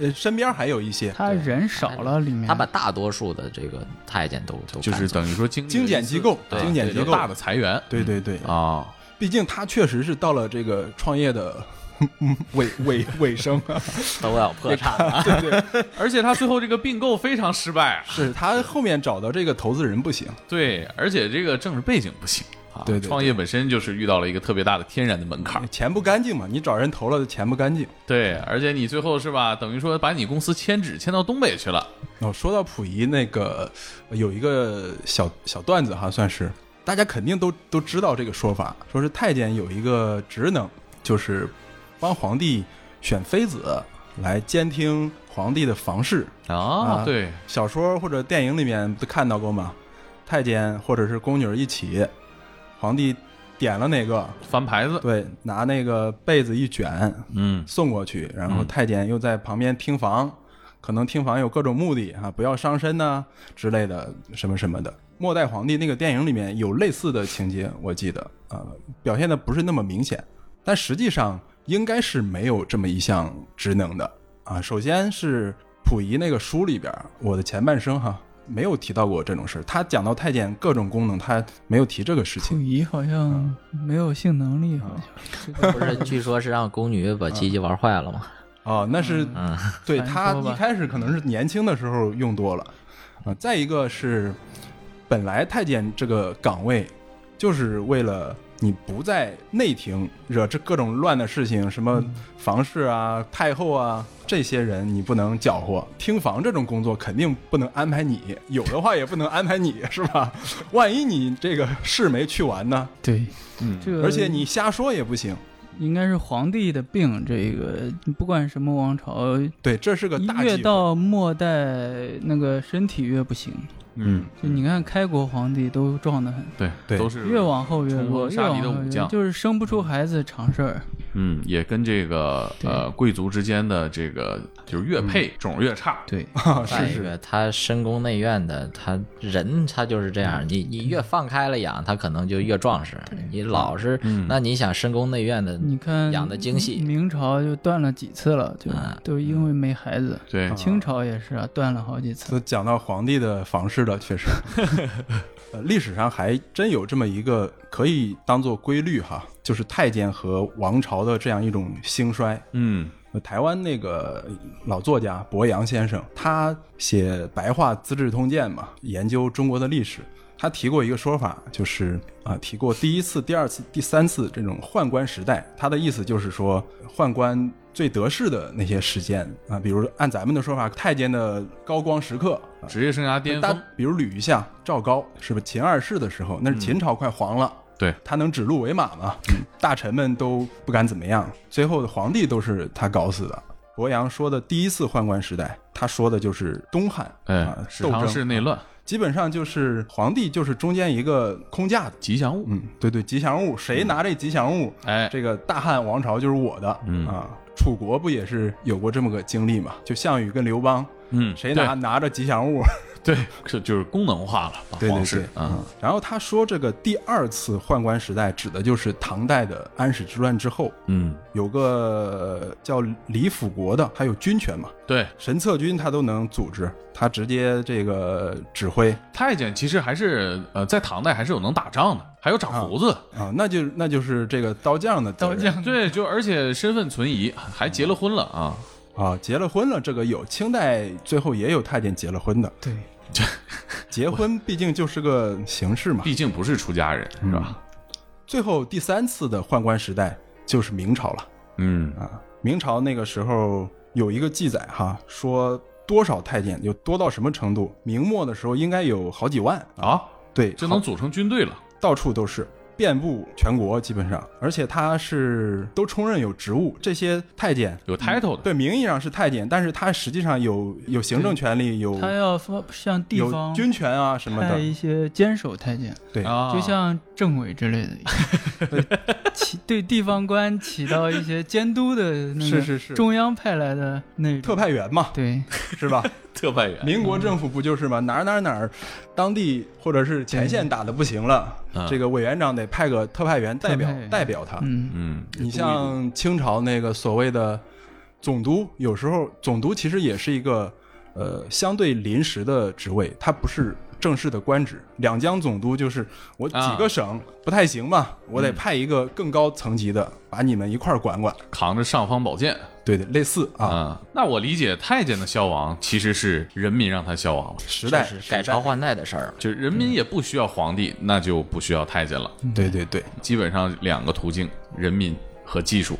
F: 呃，身边还有一些
E: 他人少了里面，
G: 他把大多数的这个太监都都
A: 就是
G: 赶走
A: 等于说经历
F: 精简机构，
G: 对
F: 精简机
A: 一
F: 构
A: 个大的裁员
F: 对对对，
G: 嗯
A: 啊。
F: 毕竟他确实是到了这个创业的嗯尾尾尾声 啊，
G: 都要破产 了。
F: 对对，
A: 而且他最后这个并购非常失败，啊
F: 是他后面找到这个投资人不行，
A: 对，而且这个政治背景不行啊。
F: 对对对
A: 创业本身就是遇到了一个特别大的天然的门槛儿。
F: 钱不干净嘛，你找人投了钱不干净。
A: 对，而且你最后是吧，等于说把你公司迁址迁到东北去了。
F: 哦，说到溥仪那个呃有一个小小段子哈，算是大家肯定都都知道这个说法，说是太监有一个职能，就是帮皇帝选妃子，来监听皇帝的房事。
A: 啊
F: 啊
A: 对，
F: 小说或者电影里面不都看到过吗？太监或者是宫女儿一起，皇帝点了哪个，
A: 翻牌子，
F: 对，拿那个被子一卷，
A: 嗯，
F: 送过去，然后
A: 嗯
F: 太监又在旁边听防，可能听防有各种目的啊，不要伤身呐、之类的什么什么的。末代皇帝那个电影里面有类似的情节，我记得啊、呃表现的不是那么明显，但实际上应该是没有这么一项职能的啊。首先是溥仪那个书里边，我的前半生哈没有提到过这种事儿，他讲到太监各种功能，他没有提这个事
E: 溥
F: 情。
E: 仪好像没有性能力，好像
F: 嗯
G: 不是，据说 是让宫女把鸡鸡玩坏了吗？
F: 哦，那是
G: 嗯，
F: 对
E: 传
F: 他
E: 说吧
F: 一开始可能是年轻的时候用多了，啊、再一个是本来太监这个岗位就是为了你不在内廷惹这各种乱的事情，什么
E: 嗯
F: 房事啊、太后啊这些人你不能搅和，听房这种工作肯定不能安排你，有的话也不能安排你是吧？万一你这个事没去完呢，
E: 对，
G: 嗯
E: 这个
F: 而且你瞎说也不行。
E: 应该是皇帝的病，这个不管什么王朝，
F: 对，这是个大
E: 越
F: 忌讳
E: 到末代那个身体越不行。
A: 嗯，
E: 就你看开国皇帝都壮得很，
A: 对，
F: 对
A: 都是
E: 越往后越弱，
A: 冲锋
E: 越
A: 杀敌的
E: 往后
A: 武
E: 越
A: 将
E: 就是生不出孩子常事儿。
A: 嗯，也跟这个
E: 对
A: 呃贵族之间的这个就是越配
F: 嗯
A: 种越
F: 啊
A: 差，
E: 对，
G: 再一个，他深宫内院的，他人他就是这样，你你越放开了养，他可能就越壮实。你老是，那你想深宫内院的，
E: 你看嗯
G: 养得精细
E: 明朝就断了几次了，就
G: 啊
E: 都因为没孩子。
A: 对，
E: 清朝也是啊，断了好几次。
F: 都讲到皇帝的房事了，确实，呃，历史上还真有这么一个可以当做规律哈，就是太监和王朝的这样一种兴衰。
A: 嗯
F: 呃台湾那个老作家博洋先生，他写《白话资治通鉴》嘛，研究中国的历史。他提过一个说法，就是啊、提过第一次、第二次、第三次这种宦官时代。他的意思就是说，宦官最得势的那些时间啊、比如按咱们的说法，太监的高光时刻，啊
A: 职业生涯巅
F: 大
A: 峰，
F: 比如捋一下赵高，是不是秦二世的时候，那是秦朝快黄了，
A: 嗯对
F: 他能指鹿为马吗？大臣们都不敢怎么样，最后的皇帝都是他搞死的。伯阳说的第一次宦官时代，他说的就是东汉，
A: 哎
F: 啊，
A: 史
F: 斗
A: 堂
F: 争
A: 氏内乱，
F: 基本上就是皇帝就是中间一个空架子，
A: 吉祥物，
F: 嗯，对对，吉祥物，谁拿这吉祥物，
A: 嗯哎，
F: 这个大汉王朝就是我的，
A: 嗯
F: 啊，楚国不也是有过这么个经历嘛？就项羽跟刘邦
A: 嗯，
F: 谁拿拿着吉祥物？
A: 对，这就是功能化了，把
F: 对对
A: 皇室
F: 对，
A: 啊，
F: 然后他说这个第二次宦官时代指的就是唐代的安史之乱之后，
A: 嗯，
F: 有个呃叫李辅国的，还有军权嘛，
A: 对，
F: 神策军他都能组织，他直接这个指挥
A: 太监其实还是呃，在唐代还是有能打仗的，还有长胡子，
F: 啊，那就那就是这个刀匠的责 任
A: 对，就而且身份存疑，还结了婚了啊，
F: 啊，结了婚了，这个有清代最后也有太监结了婚的，
E: 对，
F: 结婚毕竟就是个形式嘛。
A: 毕竟不是出家人是吧？
F: 最后第三次的宦官时代就是明朝了。
A: 嗯
F: 啊，明朝那个时候有一个记载哈，说多少太监有多到什么程度？明末的时候应该有好几万，
A: 啊，
F: 对，
A: 就能
F: 好
A: 组成军队了，
F: 到处都是，遍布全国基本上，而且他是都充任有职务，这些太监。
A: 有 title 的，
F: 对，名义上是太监，但是他实际上有有行政权力，有
E: 嗯他要发向地
F: 啊有
E: 方
F: 军权啊什么
E: 派一
F: 的。
E: 些坚守太监，
F: 对，
A: 啊，
E: 就像政委之类的，起对地方官起到一些监督的那
F: 是
E: 个
F: 是是
E: 中央派来的那种
F: 特派员嘛，
E: 对
F: 是吧？
A: 特派员，
F: 民国政府不就是吗？哪儿哪儿哪儿，当地或者是前线打的不行了
A: 嗯，
F: 这个委员长得派个特派员代表
E: 特派员
F: 代表他。
E: 嗯
A: 嗯，
F: 你像清朝那个所谓的总督，有时候总督其实也是一个呃相对临时的职位，他不是正式的官职。两江总督就是我几
A: 啊
F: 个省不太行嘛，我得派一个更高层级的，把你们一块儿管管。
A: 扛着尚方宝剑
F: 对的，类似啊，
A: 啊，那我理解太监的消亡其实是人民让他消亡了。
F: 时代
G: 是改朝换代的事儿。
A: 就人
F: 嗯
A: 民也不需要皇帝，那就不需要太监了。
F: 对对对，
A: 基本上两个途径，人民和技术，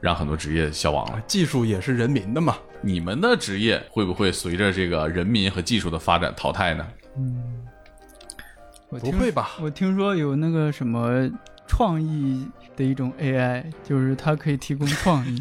A: 让很多职业消亡了。
F: 技术也是人民的嘛。
A: 你们的职业会不会随着这个人民和技术的发展淘汰呢？
E: 我
F: 不
E: 听
F: 会吧？
E: 我听说有那个什么创意的一种 AI，就是它可以提供创意，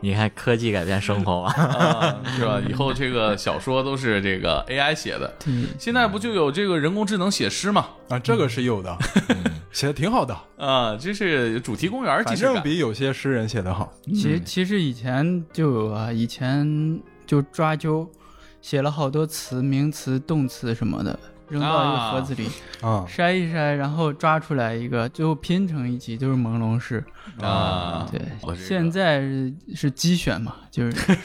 G: 你看科技改变生活啊，
A: 啊， 是吧？以后这个小说都是这个 AI 写的，现在不就有这个人工智能写诗吗？
F: 啊，这个是有的，
A: 嗯
F: 写的挺好的，
A: 啊，这是主题公园即
F: 反
A: 视
F: 正
A: 感。
F: 比有些诗人写的好。
E: 其其实以前就有啊，以前就抓阄，写了好多词、名词、动词什么的，扔到一个盒子里、
F: 啊
E: 筛一筛，然后抓出来一个，最后拼成一集，就是朦胧式。
A: 啊，
E: 对，
A: 我这个
E: 现在是是机选嘛，就是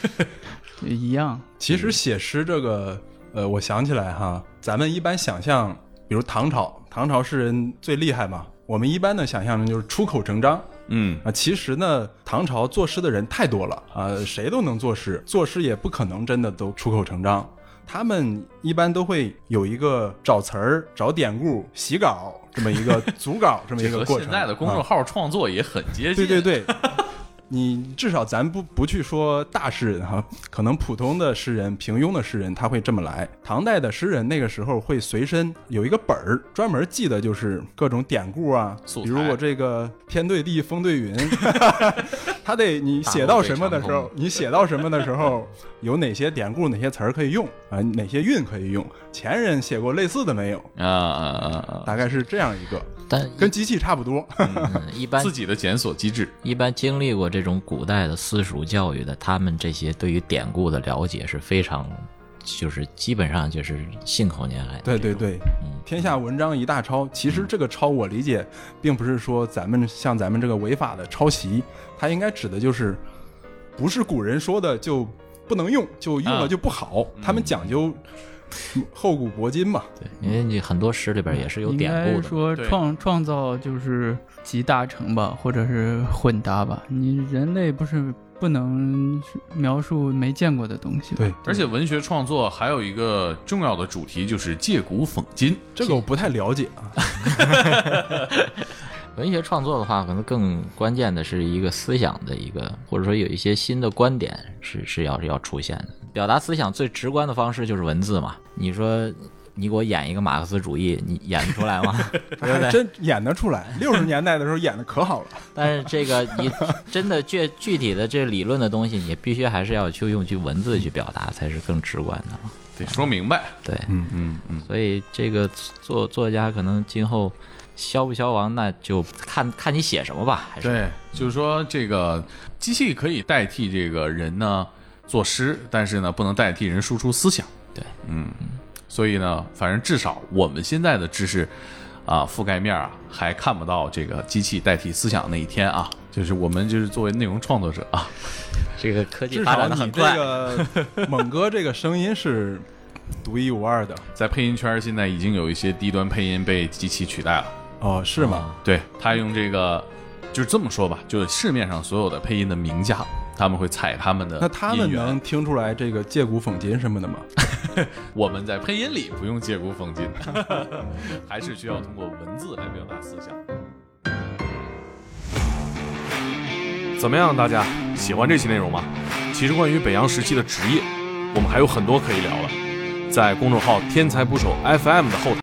E: 对一样。
F: 其实写诗这个，呃，我想起来哈，咱们一般想象，比如唐朝，唐朝诗人最厉害嘛，我们一般的想象就是出口成章
A: 嗯，
F: 啊。其实呢，唐朝作诗的人太多了啊，谁都能作诗，作诗也不可能真的都出口成章。他们一般都会有一个找词儿、找典故、洗稿这么一个组稿这么
A: 这
F: 一个
A: 和
F: 过程。
A: 现在的公众
F: 啊
A: 号创作也很接近。
F: 对对对， 你至少咱不不去说大诗人哈，可能普通的诗人、平庸的诗人他会这么来。唐代的诗人那个时候会随身有一个本儿，专门记的就是各种典故啊
A: 素，材
F: 比如我这个天对地，风对云， 他得你写到什么的时
A: 大陆被长
F: 候
A: 空，
F: 你写到什么的时候有哪些典故、哪些词儿可以用啊，哪些韵可以用。前人写过类似的没有？
A: 啊啊啊
F: 大概是这样一个，
G: 但
F: 跟机器差不多。
G: 嗯一
A: 啊！
G: 般
A: 自己的检索机制，
G: 一般经历过这种古代的私塾教育的，他们这些对于典故的了解是非常，就是基本上就是信口拈来。
F: 对对对，天下文章一大抄。其实这个抄，我理解，并不是说咱们像咱们这个违法的抄袭，它应该指的就是，不是古人说的就不能用，就用
A: 啊
F: 了就不好。他们讲究厚古薄今嘛。
G: 对，因为你很多诗里边也是有
E: 嗯应
G: 典
E: 该
G: 故的嘛。
E: 说
A: 对
E: 创创造就是集大成吧，或者是混搭吧。你人类不是不能描述没见过的东西吗？
F: 对
A: 而且文学创作还有一个重要的主题就是借古讽今。
F: 这个我不太了解 啊。
G: 文学创作的话，可能更关键的是一个思想的一个，或者说有一些新的观点是是要是要出现的。表达思想最直观的方式就是文字嘛。你说你给我演一个马克思主义，你演得出来吗？
F: 还真演得出来，六十年代的时候演的可 好了。
G: 但是这个你真的具具体的这理论的东西，你必须还是要去用去文字去表达，才是更直观的嘛。
A: 得说明白，
G: 对，
F: 嗯
A: 嗯嗯，
G: 所以这个作作家可能今后消不消亡，那就看看你写什么吧。还是
A: 对，就是说这个机器可以代替这个人呢，作诗，但是呢，不能代替人输出思想。
G: 对，
A: 嗯，所以呢，反正至少我们现在的知识啊，覆盖面啊，还看不到这个机器代替思想那一天啊。就是我们就是作为内容创作者啊，
G: 这个科技
F: 至
G: 发
F: 少
G: 展的很
F: 你这
G: 快，
F: 个 猛哥这个声音是独一无二的
A: 在配音圈现在已经有一些低端配音被机器取代了。
F: 哦，是吗？
A: 对他用这个，就是这么说吧，就是市面上所有的配音的名家，他们会采他们的
F: 那他们
A: 音源
F: 能听出来这个借古讽今什么的吗？
A: 我们在配音里不用借古讽今， 还是需要通过文字来表达思想。
D: 怎么样，大家喜欢这期内容吗？其实关于北洋时期的职业，我们还有很多可以聊的，在公众号“天才捕手 FM” 的后台。